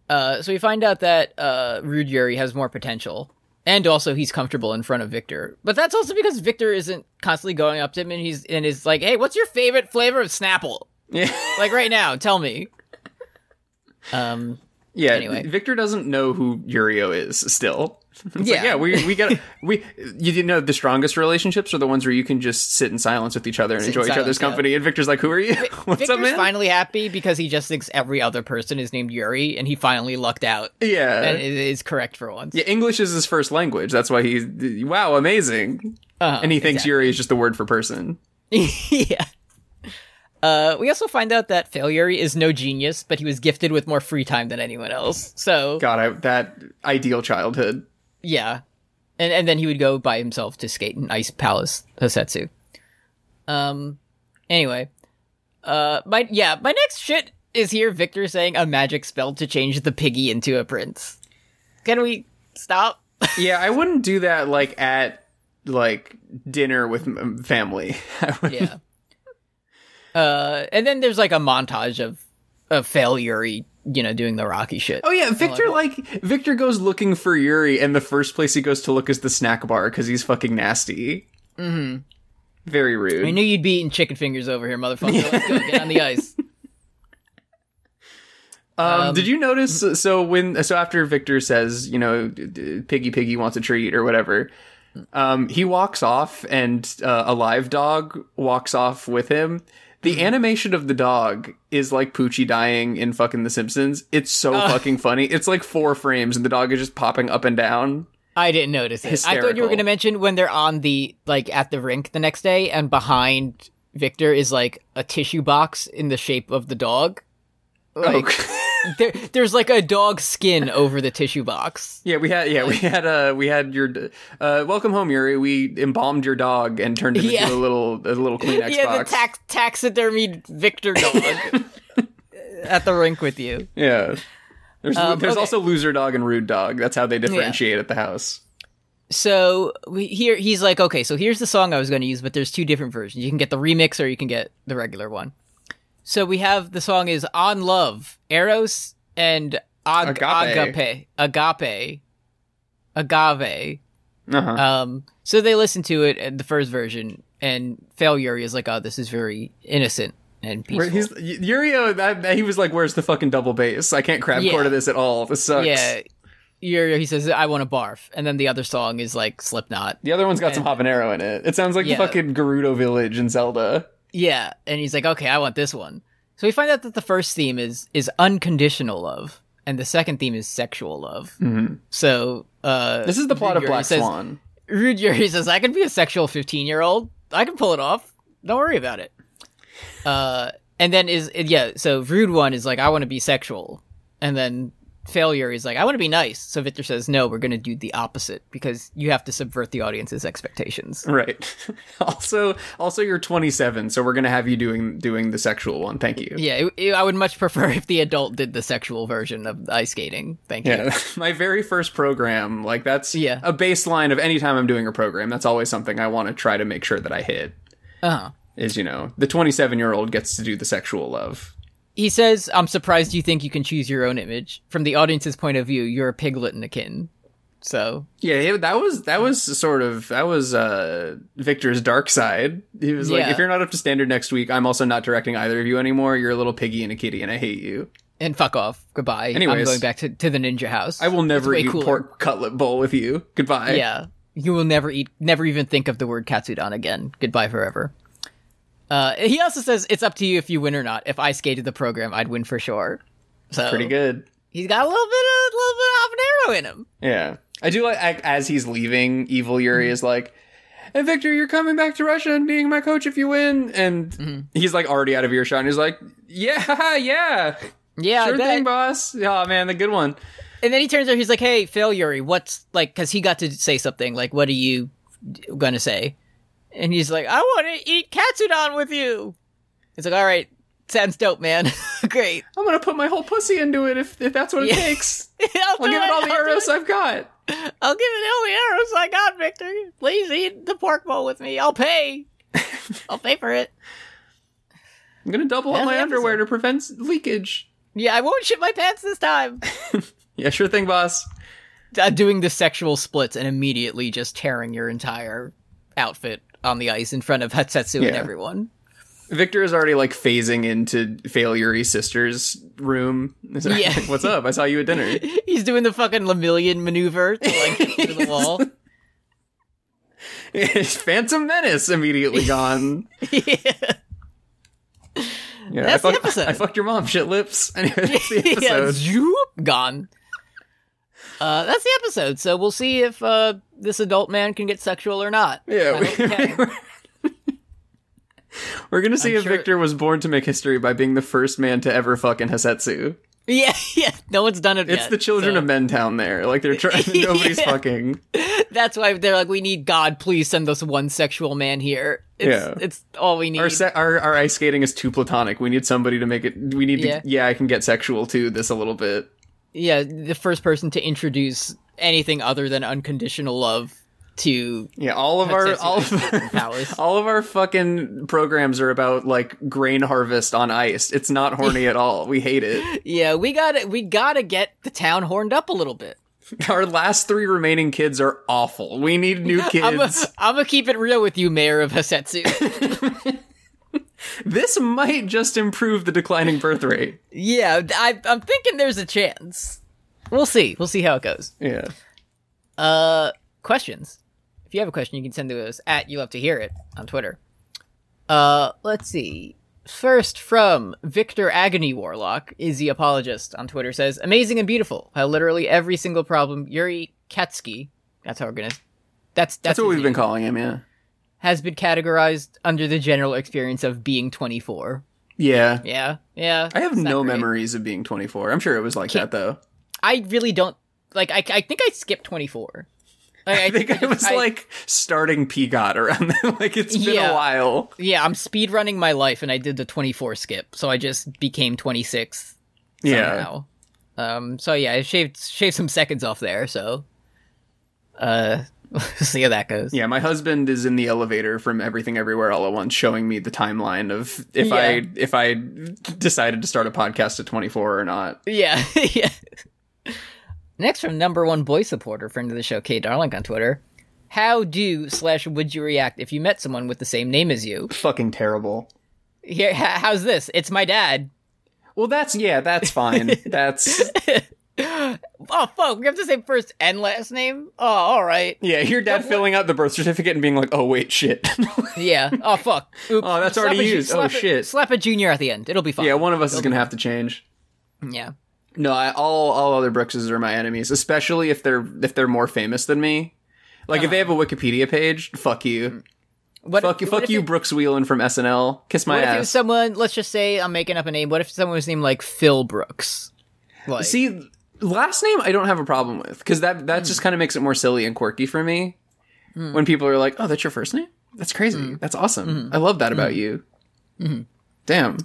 [SPEAKER 5] Uh. So we find out that uh rude Yuri has more potential. And also, he's comfortable in front of Victor, but that's also because Victor isn't constantly going up to him, and he's and is like, "Hey, what's your favorite flavor of Snapple?"
[SPEAKER 6] Yeah.
[SPEAKER 5] like right now tell me um
[SPEAKER 6] yeah.
[SPEAKER 5] Anyway.
[SPEAKER 6] Victor doesn't know who Yurio is still. yeah, yeah we, we got we you didn't know the strongest relationships are the ones where you can just sit in silence with each other and
[SPEAKER 5] Sit in
[SPEAKER 6] enjoy each
[SPEAKER 5] silence,
[SPEAKER 6] other's
[SPEAKER 5] yeah.
[SPEAKER 6] company. And Victor's like, "Who are you? What's
[SPEAKER 5] Victor's
[SPEAKER 6] up, man?"
[SPEAKER 5] finally happy because he just thinks every other person is named Yuri, and he finally lucked out
[SPEAKER 6] Yeah,
[SPEAKER 5] and it is correct for once.
[SPEAKER 6] yeah. English is his first language. That's why he's wow, amazing.
[SPEAKER 5] Uh-huh,
[SPEAKER 6] and he thinks
[SPEAKER 5] exactly.
[SPEAKER 6] Yuri is just the word for person.
[SPEAKER 5] yeah. Uh, we also find out that Failure is no genius, but he was gifted with more free time than anyone else. So
[SPEAKER 6] God, I, that ideal childhood.
[SPEAKER 5] yeah, and and then he would go by himself to skate in Ice Palace Hosetsu. Um. Anyway, uh, my yeah, my next shit is here. Victor saying a magic spell to change the piggy into a prince. Can we stop?
[SPEAKER 6] Yeah, I wouldn't do that like at like dinner with m- family. I would-
[SPEAKER 5] yeah. Uh, and then there's like a montage of of failure, you know, doing the Rocky shit.
[SPEAKER 6] Oh yeah, Victor like Victor goes looking for Yuri, and the first place he goes to look is the snack bar because he's fucking nasty. Mm-hmm. Very rude.
[SPEAKER 5] I knew you'd be eating chicken fingers over here, motherfucker. Let's go get on the ice.
[SPEAKER 6] um, did you notice? So when so after Victor says, you know, d- d- piggy piggy wants a treat or whatever, um, he walks off, and uh, a live dog walks off with him.
[SPEAKER 5] Mm-hmm.
[SPEAKER 6] The animation of the dog is like Poochie dying in fucking The Simpsons. It's so fucking funny. It's like four frames, and the dog is just popping up and down.
[SPEAKER 5] I didn't notice it. I thought you were
[SPEAKER 6] Hysterical.
[SPEAKER 5] going to mention when they're on the like at the rink the next day, and behind Victor is like a tissue box in the shape of the dog. Like
[SPEAKER 6] Oh,
[SPEAKER 5] there, there's like a dog skin over the tissue box.
[SPEAKER 6] Yeah, we had yeah we had uh we had your uh welcome home Yuri. We embalmed your dog and turned him
[SPEAKER 5] Yeah.
[SPEAKER 6] into a little a little Kleenex
[SPEAKER 5] Yeah, the
[SPEAKER 6] box.
[SPEAKER 5] tax- taxidermied Victor dog at the rink with you.
[SPEAKER 6] yeah. There's there's
[SPEAKER 5] Um, okay.
[SPEAKER 6] also loser dog and rude dog. That's how they differentiate at the house.
[SPEAKER 5] so we here he's like okay so here's the song i was going to use but there's two different versions you can get the remix or you can get the regular one so we have the song is on love eros and ag-
[SPEAKER 6] Agape.
[SPEAKER 5] agape agape agave
[SPEAKER 6] Uh-huh.
[SPEAKER 5] um so they listen to it and the first version and failure is like oh this is very innocent and
[SPEAKER 6] Where
[SPEAKER 5] peaceful
[SPEAKER 6] he's Yuri, uh, that- he was like, "Where's the fucking double bass? I can't crab
[SPEAKER 5] Yeah.
[SPEAKER 6] quarter this at all. This sucks."
[SPEAKER 5] yeah Yuri, he says i want to barf and then the other song is like slipknot
[SPEAKER 6] The other one's got some habanero in it. It sounds like
[SPEAKER 5] Yeah.
[SPEAKER 6] the fucking Gerudo Village in Zelda.
[SPEAKER 5] Yeah, and he's like, "Okay, I want this one." So we find out that the first theme is is unconditional love, and the second theme is sexual love. So uh,
[SPEAKER 6] Mm-hmm. This is the plot of
[SPEAKER 5] Yuri
[SPEAKER 6] Black
[SPEAKER 5] says-
[SPEAKER 6] Swan.
[SPEAKER 5] Rude Yuri says, "I can be a sexual fifteen year old. I can pull it off. Don't worry about it." Uh, and then is yeah. So rude one is like, "I want to be sexual," and then failure is like, "I want to be nice." So Victor says, "No, we're going to do the opposite because you have to subvert the audience's expectations."
[SPEAKER 6] Right. also, also you're 27, so we're gonna have you doing doing the sexual one. Thank you.
[SPEAKER 5] Yeah, it- it- I would much prefer if the adult did the sexual version of ice skating. Thank you.
[SPEAKER 6] Yeah, my very first program, like that's
[SPEAKER 5] Yeah.
[SPEAKER 6] a baseline of any time I'm doing a program. That's always something I want to try to make sure that I hit.
[SPEAKER 5] Uh-huh.
[SPEAKER 6] Is you know the 27 year old gets to do the sexual love.
[SPEAKER 5] He says, "I'm surprised you think you can choose your own image from the audience's point of view. You're a piglet and a kitten." So
[SPEAKER 6] Yeah, it- that was that was sort of that was uh Victor's dark side. He was like,
[SPEAKER 5] Yeah.
[SPEAKER 6] if you're not up to standard next week, I'm also not directing either of you anymore. You're a little piggy and a kitty, and I hate you.
[SPEAKER 5] and fuck off. Goodbye. I'm
[SPEAKER 6] Anyways.
[SPEAKER 5] going back to, to the ninja house.
[SPEAKER 6] I will never
[SPEAKER 5] way
[SPEAKER 6] eat
[SPEAKER 5] cooler.
[SPEAKER 6] pork cutlet bowl with you. Goodbye.
[SPEAKER 5] yeah, you will never eat, never even think of the word katsudon again. Goodbye forever. Uh, he also says, "It's up to you if you win or not. If I skated the program, I'd win for sure." So
[SPEAKER 6] pretty good.
[SPEAKER 5] He's got a little bit of a little bit of habanero in him.
[SPEAKER 6] Yeah. I do like I, as he's leaving, evil Yuri is like, "And Victor, you're coming back to Russia and being my coach if you win." And he's like already out of earshot, and he's like, "Yeah, yeah,
[SPEAKER 5] Yeah,
[SPEAKER 6] sure
[SPEAKER 5] I bet.
[SPEAKER 6] thing, boss. Yeah, man, the good one."
[SPEAKER 5] And then he turns around, he's like, hey, Phil Yuri, what's like, because he got to say something, like, what are you going to say? And he's like, I want to eat Katsudon with you. It's like, all right, sounds dope, man. Great.
[SPEAKER 6] I'm gonna put my whole pussy into it if, if that's what it
[SPEAKER 5] Yeah.
[SPEAKER 6] takes.
[SPEAKER 5] I'll,
[SPEAKER 6] I'll
[SPEAKER 5] do
[SPEAKER 6] give it all the
[SPEAKER 5] I'll do
[SPEAKER 6] arrows
[SPEAKER 5] it.
[SPEAKER 6] I've got.
[SPEAKER 5] I'll give it all the arrows I got, Victor. Please eat the pork bowl with me. I'll pay. I'll pay for it.
[SPEAKER 6] I'm gonna double up
[SPEAKER 5] Hell
[SPEAKER 6] my
[SPEAKER 5] yeah,
[SPEAKER 6] underwear to prevent leakage.
[SPEAKER 5] Yeah, I won't shit my pants this time.
[SPEAKER 6] Yeah, sure thing, boss.
[SPEAKER 5] Uh, Doing the sexual splits and immediately just tearing your entire outfit on the ice in front of Hatsetsu and
[SPEAKER 6] Yeah.
[SPEAKER 5] everyone.
[SPEAKER 6] Victor is already like phasing into Failure sister's room. He's like,
[SPEAKER 5] Yeah.
[SPEAKER 6] What's up? I saw you at dinner.
[SPEAKER 5] He's doing the fucking Lemillion maneuver to like get through the wall.
[SPEAKER 6] Phantom Menace immediately gone. Yeah,
[SPEAKER 5] That's
[SPEAKER 6] I
[SPEAKER 5] the
[SPEAKER 6] fucked,
[SPEAKER 5] episode.
[SPEAKER 6] I fucked your mom, shit lips. Anyway, that's the
[SPEAKER 5] yeah,
[SPEAKER 6] episode.
[SPEAKER 5] zoop, gone. Uh, that's the episode. So we'll see if uh, this adult man can get sexual or not.
[SPEAKER 6] Yeah,
[SPEAKER 5] I
[SPEAKER 6] we-
[SPEAKER 5] hope he can.
[SPEAKER 6] We're gonna see
[SPEAKER 5] I'm
[SPEAKER 6] if
[SPEAKER 5] sure-
[SPEAKER 6] Victor was born to make history by being the first man to ever fuck in Hasetsu.
[SPEAKER 5] yeah, yeah. No one's done it
[SPEAKER 6] It's
[SPEAKER 5] yet,
[SPEAKER 6] the children
[SPEAKER 5] so
[SPEAKER 6] of men town there. Like they're trying. Nobody's
[SPEAKER 5] Yeah.
[SPEAKER 6] fucking.
[SPEAKER 5] That's why they're like, we need God. Please send us one sexual man here. It's,
[SPEAKER 6] Yeah.
[SPEAKER 5] it's all we need.
[SPEAKER 6] Our, se- our our ice skating is too platonic. We need somebody to make it. We need
[SPEAKER 5] Yeah.
[SPEAKER 6] to. Yeah, I can get sexual too. This a little bit.
[SPEAKER 5] yeah, the first person to introduce anything other than unconditional love to
[SPEAKER 6] Yeah, all of our
[SPEAKER 5] Hasetsu
[SPEAKER 6] all of
[SPEAKER 5] ice
[SPEAKER 6] our,
[SPEAKER 5] skating powers.
[SPEAKER 6] all of our fucking programs are about like grain harvest on ice. It's not horny at all. We hate it.
[SPEAKER 5] yeah. We gotta we gotta get the town horned up a little bit.
[SPEAKER 6] Our last three remaining kids are awful. We need new
[SPEAKER 5] I'm i
[SPEAKER 6] kids.
[SPEAKER 5] I'm gonna keep it real with you, Mayor of Hasetsu.
[SPEAKER 6] This might just improve the declining birth rate.
[SPEAKER 5] yeah, I, I'm thinking there's a chance. We'll see. We'll see how it goes.
[SPEAKER 6] Yeah.
[SPEAKER 5] Uh, questions. If you have a question, you can send to us at you love to hear it on Twitter. Uh, let's see. First from Victor Agony Warlock is the apologist on Twitter says amazing and beautiful how literally every single problem Yuri Katsky that's how we're gonna that's that's,
[SPEAKER 6] That's what
[SPEAKER 5] his
[SPEAKER 6] we've
[SPEAKER 5] name,
[SPEAKER 6] been calling him, yeah.
[SPEAKER 5] has been categorized under the general experience of being 24.
[SPEAKER 6] Yeah.
[SPEAKER 5] Yeah, yeah.
[SPEAKER 6] I have
[SPEAKER 5] it's not
[SPEAKER 6] no
[SPEAKER 5] great.
[SPEAKER 6] memories of being 24. I'm sure it was like
[SPEAKER 5] Can't-
[SPEAKER 6] that though.
[SPEAKER 5] I really don't like. I I think I skipped 24. Like,
[SPEAKER 6] I think it
[SPEAKER 5] just-
[SPEAKER 6] was like starting Peagot around then. like it's been
[SPEAKER 5] Yeah.
[SPEAKER 6] a while.
[SPEAKER 5] Yeah, I'm speed running my life, and I did the 24 skip, so I just became 26
[SPEAKER 6] Yeah.
[SPEAKER 5] somehow. Um, so yeah, I shaved shaved some seconds off there. So, uh, see how that goes.
[SPEAKER 6] Yeah, my husband is in the elevator from Everything Everywhere All at Once, showing me the timeline of if
[SPEAKER 5] Yeah.
[SPEAKER 6] I if I decided to start a podcast at 24 or not.
[SPEAKER 5] Yeah, yeah. Next from number one boy supporter, friend of the show, Kay Darling on Twitter. How do slash would you react if you met someone with the same name as you?
[SPEAKER 6] Fucking terrible.
[SPEAKER 5] Here, h- how's this? It's my dad.
[SPEAKER 6] Well, that's yeah, that's fine. that's
[SPEAKER 5] Oh fuck, we have to say first and last name. Oh, all right.
[SPEAKER 6] yeah, your dad filling out the birth certificate and being like, "Oh wait, shit."
[SPEAKER 5] Yeah. Oh fuck. Oops.
[SPEAKER 6] Oh, that's
[SPEAKER 5] Slap
[SPEAKER 6] already
[SPEAKER 5] a ju-
[SPEAKER 6] used. Oh,
[SPEAKER 5] slap a-
[SPEAKER 6] shit.
[SPEAKER 5] Slap a junior at the end. It'll be fine.
[SPEAKER 6] yeah, one of us is gonna have to change.
[SPEAKER 5] Yeah.
[SPEAKER 6] No, I, all all other Brookses are my enemies, especially if they're if they're more famous than me. Like if they have a Wikipedia page, fuck you,
[SPEAKER 5] What
[SPEAKER 6] fuck you,
[SPEAKER 5] Uh-huh. what
[SPEAKER 6] fuck
[SPEAKER 5] if
[SPEAKER 6] you,
[SPEAKER 5] It,
[SPEAKER 6] Brooks Wheelan from SNL. Kiss my
[SPEAKER 5] what if it
[SPEAKER 6] ass.
[SPEAKER 5] was someone? Let's just say I'm making up a name. What if someone was named like Phil Brooks? Like,
[SPEAKER 6] See, last name I don't have a problem with because that that
[SPEAKER 5] Hmm.
[SPEAKER 6] just kind of makes it more silly and quirky for me. When people are like, "Oh, that's your first name? That's crazy.
[SPEAKER 5] Hmm.
[SPEAKER 6] That's awesome. I love that about you." Damn,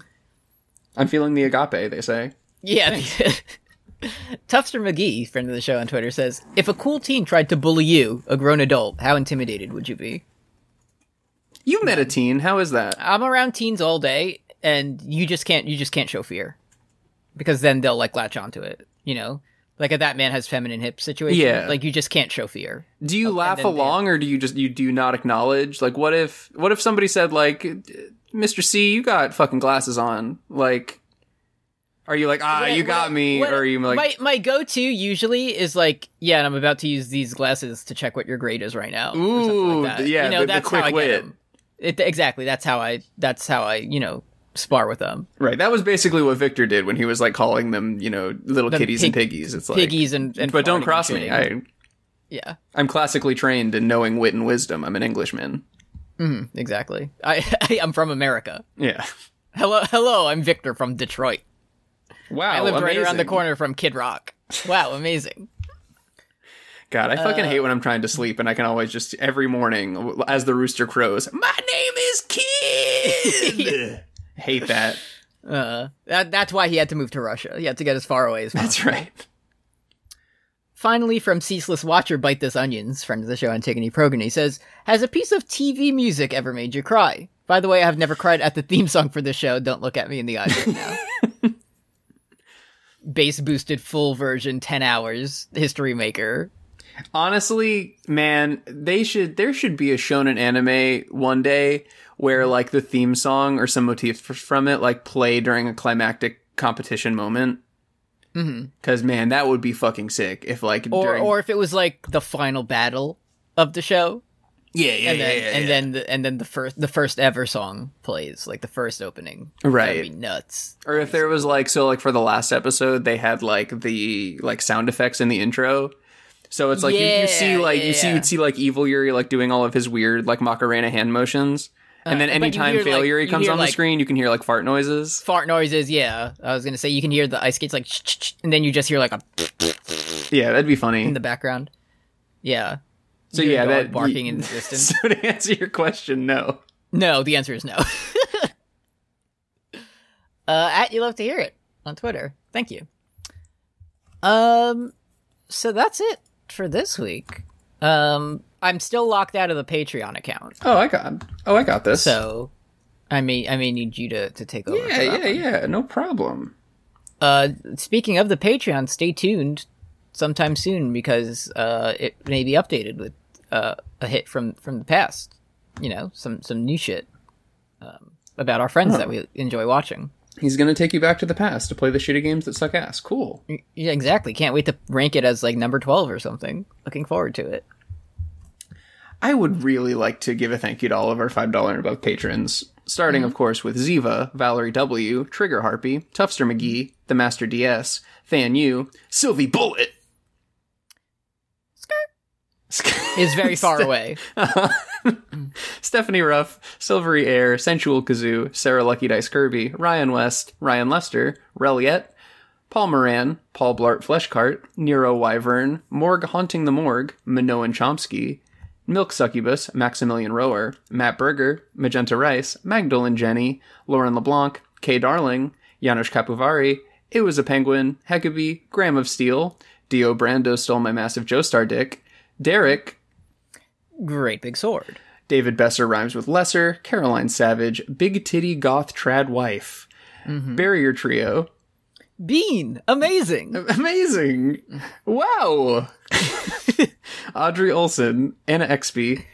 [SPEAKER 6] I'm feeling the agape. They say.
[SPEAKER 5] yeah. Tufster McGee, friend of the show on Twitter, says, "If a cool teen tried to bully you, a grown adult, how intimidated would you be?" Hmm.
[SPEAKER 6] You met a teen. How is that?
[SPEAKER 5] I'm around teens all day, and you just can't you just can't show fear, because then they'll like latch onto it. You know, like a that man has feminine hips situation.
[SPEAKER 6] Yeah.
[SPEAKER 5] like you just can't show fear.
[SPEAKER 6] Do you laugh
[SPEAKER 5] then they-
[SPEAKER 6] along, or do you just you do not acknowledge? Like, what if what if somebody said like, "Mr. C, you got fucking glasses on." Like, are you like, ah,
[SPEAKER 5] What-
[SPEAKER 6] you got
[SPEAKER 5] what-
[SPEAKER 6] me,
[SPEAKER 5] what-
[SPEAKER 6] or are you like,
[SPEAKER 5] my my go to usually is like, yeah, and I'm about to use these glasses to check what your grade is right now. or something
[SPEAKER 6] Ooh,
[SPEAKER 5] like that.
[SPEAKER 6] yeah,
[SPEAKER 5] you know
[SPEAKER 6] the- the
[SPEAKER 5] that's
[SPEAKER 6] quick
[SPEAKER 5] how I
[SPEAKER 6] wit.
[SPEAKER 5] get 'em. It, exactly, that's how I that's how I you know spar with them,
[SPEAKER 6] Right. That was basically what Victor did when he was like calling them, you know, little
[SPEAKER 5] Them
[SPEAKER 6] kitties and
[SPEAKER 5] pig-
[SPEAKER 6] piggies. It's like
[SPEAKER 5] piggies and, and
[SPEAKER 6] But
[SPEAKER 5] farting
[SPEAKER 6] don't
[SPEAKER 5] and
[SPEAKER 6] cross me.
[SPEAKER 5] shitting.
[SPEAKER 6] I
[SPEAKER 5] yeah,
[SPEAKER 6] I'm classically trained in knowing wit and wisdom. I'm an Englishman.
[SPEAKER 5] exactly. I, I I'm from America.
[SPEAKER 6] Yeah.
[SPEAKER 5] Hello, hello. I'm Victor from Detroit.
[SPEAKER 6] Wow.
[SPEAKER 5] I lived right around the
[SPEAKER 6] amazing.
[SPEAKER 5] corner from Kid Rock. Wow, amazing.
[SPEAKER 6] God, I
[SPEAKER 5] Uh,
[SPEAKER 6] fucking hate when I'm trying to sleep and I can always just every morning w- as the rooster crows, my name is Kid. hate that.
[SPEAKER 5] That, that's why he had to move to Russia. He had to get as far away as possible.
[SPEAKER 6] That's right.
[SPEAKER 5] Finally, from Ceaseless Watcher Bite This Onions, friend of the show Antigone Progony, says, Has a piece of TV music ever made you cry? By the way, I've never cried at the theme song for this show. Don't look at me in the eyes right now. Bass boosted full version, 10 hours, History Maker.
[SPEAKER 6] Honestly, man, they should there should be a shonen anime one day where
[SPEAKER 5] Mm-hmm.
[SPEAKER 6] like the theme song or some motifs f- from it like play during a climactic competition moment. Because man, that would be fucking sick if like
[SPEAKER 5] Mm-hmm. or
[SPEAKER 6] during
[SPEAKER 5] or if it was like the final battle of the show,
[SPEAKER 6] yeah yeah
[SPEAKER 5] and
[SPEAKER 6] yeah,
[SPEAKER 5] then
[SPEAKER 6] yeah,
[SPEAKER 5] and
[SPEAKER 6] yeah.
[SPEAKER 5] then the, and then the first the first ever song plays like the first opening.
[SPEAKER 6] Right.
[SPEAKER 5] That'd be nuts.
[SPEAKER 6] or if there was like so like for the last episode they had like the like sound effects in the intro so it's like you, you see
[SPEAKER 5] Yeah,
[SPEAKER 6] like
[SPEAKER 5] yeah,
[SPEAKER 6] you see
[SPEAKER 5] yeah.
[SPEAKER 6] you'd see like evil yuri like doing all of his weird like macarena hand motions and then
[SPEAKER 5] Uh, but you
[SPEAKER 6] anytime
[SPEAKER 5] hear, like-
[SPEAKER 6] failure
[SPEAKER 5] you
[SPEAKER 6] comes
[SPEAKER 5] hear,
[SPEAKER 6] on
[SPEAKER 5] like-
[SPEAKER 6] the screen you can hear like fart noises
[SPEAKER 5] Fart noises, yeah. I was gonna say you can hear the ice skates like, ch- ch- ch- and then you just hear like a
[SPEAKER 6] yeah that'd be funny
[SPEAKER 5] in the background. Yeah.
[SPEAKER 6] so
[SPEAKER 5] your
[SPEAKER 6] yeah
[SPEAKER 5] dog
[SPEAKER 6] that
[SPEAKER 5] barking in the distance.
[SPEAKER 6] so to answer your question no
[SPEAKER 5] No, the answer is no. uh, at you love to hear it on Twitter. Thank you. Um, so that's it for this week. Um, I'm still locked out of the Patreon account,
[SPEAKER 6] oh i got oh i got this
[SPEAKER 5] so I may I may need you to to take over.
[SPEAKER 6] yeah
[SPEAKER 5] for that
[SPEAKER 6] yeah yeah no problem
[SPEAKER 5] Uh, speaking of the Patreon, stay tuned sometime soon because uh, it may be updated with uh, a hit from from the past. You know, some some new shit um, about our friends that we enjoy watching.
[SPEAKER 6] he's gonna take you back to the past to play the shitty games that suck ass cool
[SPEAKER 5] Yeah, exactly. Can't wait to rank it as like number twelve or something. Looking forward to it.
[SPEAKER 6] I would really like to give a thank you to all of our $5 and above patrons, starting, of course, with Ziva, Valerie W., Trigger Harpy, Tuffster McGee, The Master DS, Fan U, Sylvie Bullet. Skirt.
[SPEAKER 5] It's very far away.
[SPEAKER 6] Stephanie Ruff, Silvery Air, Sensual Kazoo, Sarah Lucky Dice Kirby, Ryan West, Ryan Lester, Reliette, Paul Moran, Paul Blart Fleshcart, Nero Wyvern, Morg Haunting the Morgue, Minoan Chomsky, Milk Succubus, Maximilian Rower, Matt Berger, Magenta Rice, Magdalene Jenny, Lauren LeBlanc, Kay Darling, Janusz Kapuvari, It Was a Penguin, Heckabee, Graham of Steel, Dio Brando Stole My Massive Joestar Dick, Derek,
[SPEAKER 5] Great big sword.
[SPEAKER 6] David Besser rhymes with lesser, Caroline Savage, Big Titty Goth Trad Wife, Barrier Trio.
[SPEAKER 5] Bean, amazing.
[SPEAKER 6] Amazing. Wow. Audrey Olson, Anna Exby,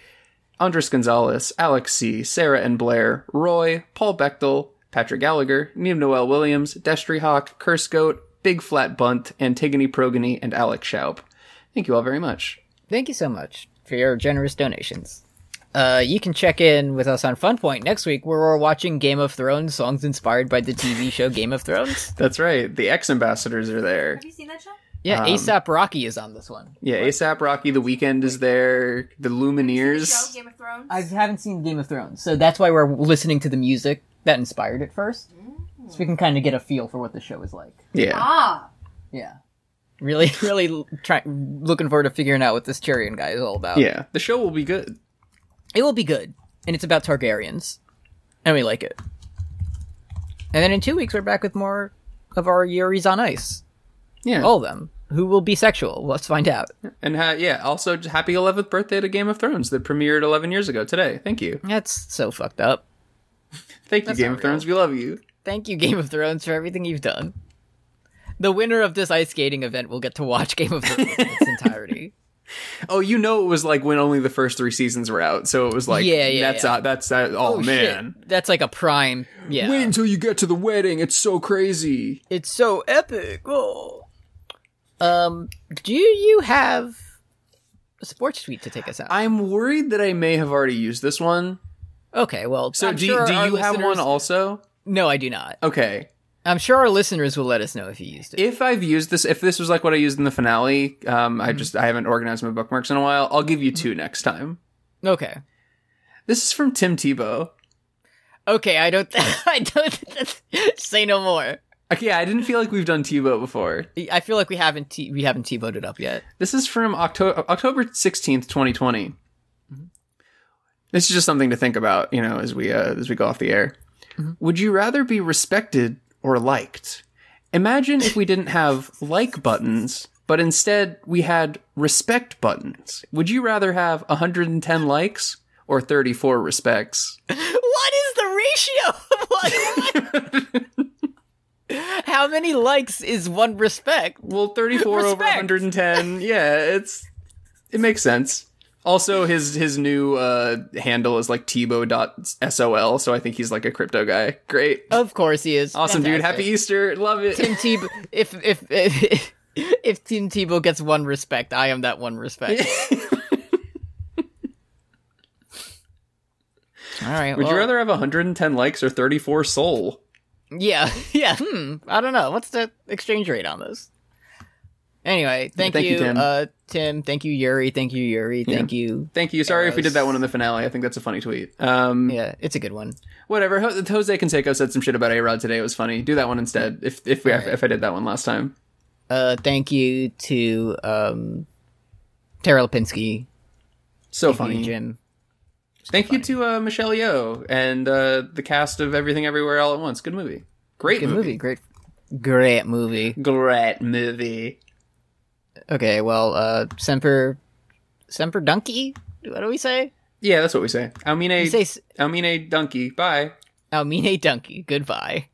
[SPEAKER 6] Andres Gonzalez, Alex C., Sarah and Blair, Roy, Paul Bechtel, Patrick Gallagher, Neem Noel Williams, Destry Hawk, Curse Goat, Big Flat Bunt, Antigone Progony, and Alex Schaub. Thank you all very much.
[SPEAKER 5] Thank you so much for your generous donations. Uh, you can check in with us on Fun Point next week, where we're watching Game of Thrones songs inspired by the TV show Game of Thrones.
[SPEAKER 6] That's right. The ex ambassadors are there.
[SPEAKER 7] Have you seen that show?
[SPEAKER 5] Yeah, ASAP Rocky is on this one.
[SPEAKER 6] Yeah, ASAP Rocky, The Weekend is there, The
[SPEAKER 7] The show
[SPEAKER 6] Lumineers.
[SPEAKER 7] Game of Thrones.
[SPEAKER 5] I haven't seen Game of Thrones, so that's why we're listening to the music that inspired it first, so we can kind of get a feel for what the show is like.
[SPEAKER 6] Yeah.
[SPEAKER 7] ah,
[SPEAKER 5] Yeah, really, really l- try- looking forward to figuring out what this Tyrion guy is all about.
[SPEAKER 6] Yeah. The show will be good.
[SPEAKER 5] It will be good, and it's about Targaryens, and we like it. And then in two weeks, we're back with more of our Yuri's on Ice.
[SPEAKER 6] Yeah.
[SPEAKER 5] All of them. Who will be sexual? Let's find out.
[SPEAKER 6] And ha- yeah, also j- happy 11th birthday to Game of Thrones that premiered 11 years ago today. Thank you.
[SPEAKER 5] That's so fucked up.
[SPEAKER 6] Thank you, Game
[SPEAKER 5] not
[SPEAKER 6] of Thrones. We love you.
[SPEAKER 5] Thank you, Game of Thrones, for everything you've done. The winner of this ice skating event will get to watch Game of Thrones in its entirety.
[SPEAKER 6] Oh, you know it was like when only the first three seasons were out, so it was like,
[SPEAKER 5] Yeah, yeah,
[SPEAKER 6] that's
[SPEAKER 5] yeah.
[SPEAKER 6] Uh, that's uh, oh, man.
[SPEAKER 5] Shit, that's like a prime. Yeah,
[SPEAKER 6] Wait until you get to the wedding. It's so crazy.
[SPEAKER 5] it's so epic. Oh. Um, do you have a sports tweet to take us out?
[SPEAKER 6] I'm worried that I may have already used this one.
[SPEAKER 5] okay, well,
[SPEAKER 6] So
[SPEAKER 5] I'm
[SPEAKER 6] do,
[SPEAKER 5] sure
[SPEAKER 6] do
[SPEAKER 5] our
[SPEAKER 6] you have one
[SPEAKER 5] listeners-
[SPEAKER 6] also?
[SPEAKER 5] No, I do not.
[SPEAKER 6] Okay.
[SPEAKER 5] I'm sure our listeners will let us know if you used it.
[SPEAKER 6] If I've used this, if this was like what I used in the finale, um, I just I haven't organized my bookmarks in a while. I'll give you two next time.
[SPEAKER 5] okay.
[SPEAKER 6] This is from Tim Tebow.
[SPEAKER 5] Okay, I don't. I don't. say no more.
[SPEAKER 6] Okay, I didn't feel like we've done Tebow before.
[SPEAKER 5] I feel like we haven't t- we haven't t voted up yet.
[SPEAKER 6] This is from October October sixteenth, twenty twenty. This is just something to think about, you know, as we uh, as we go off the air. Would you rather be respected or liked? Imagine if we didn't have like buttons, but instead we had respect buttons. Would you rather have 110 likes or 34 respects?
[SPEAKER 5] What is the ratio of one? How many likes is one respect?
[SPEAKER 6] Well, 34 over
[SPEAKER 5] Respect.
[SPEAKER 6] 110. Yeah, it's It makes sense. Also, his his new uh, handle is like Tebow.sol, so I think he's like a crypto guy. Great.
[SPEAKER 5] Of course he is.
[SPEAKER 6] Awesome, dude.
[SPEAKER 5] Fantastic.
[SPEAKER 6] Happy Easter. Love it.
[SPEAKER 5] Tim Tebow. If if if, if Tim Tebow gets one respect, I am that one respect. All right.
[SPEAKER 6] Would you
[SPEAKER 5] well,
[SPEAKER 6] rather have 110 likes or 34 soul?
[SPEAKER 5] Yeah, yeah. Hmm. I don't know. What's the exchange rate on this? Anyway, thank,
[SPEAKER 6] thank you,
[SPEAKER 5] you,
[SPEAKER 6] Tim.
[SPEAKER 5] Uh, Tim. Thank you, Yuri. Thank you, Yuri. Thank you.
[SPEAKER 6] Thank you. Sorry if we did that one in the finale. I think that's a funny tweet. Um,
[SPEAKER 5] Yeah, it's a good one.
[SPEAKER 6] Whatever. Ho- Jose Canseco said some shit about A Rod today. It was funny. Do that one instead. If if we if I did that one last time.
[SPEAKER 5] Uh, thank you to um, Tara Lipinski,
[SPEAKER 6] So
[SPEAKER 5] Funny
[SPEAKER 6] funny.
[SPEAKER 5] Jim.
[SPEAKER 6] Thank you to uh, Michelle Yeoh and uh, the cast of Everything Everywhere All at Once. Good movie. Great
[SPEAKER 5] Good movie.
[SPEAKER 6] movie.
[SPEAKER 5] Great, great movie.
[SPEAKER 6] Great movie.
[SPEAKER 5] Okay, well, uh, semper, semper donkey. What do we say?
[SPEAKER 6] Yeah, that's what we say. Amine,
[SPEAKER 5] We say s-
[SPEAKER 6] Amine Donkey. Bye.
[SPEAKER 5] Almine donkey. Goodbye.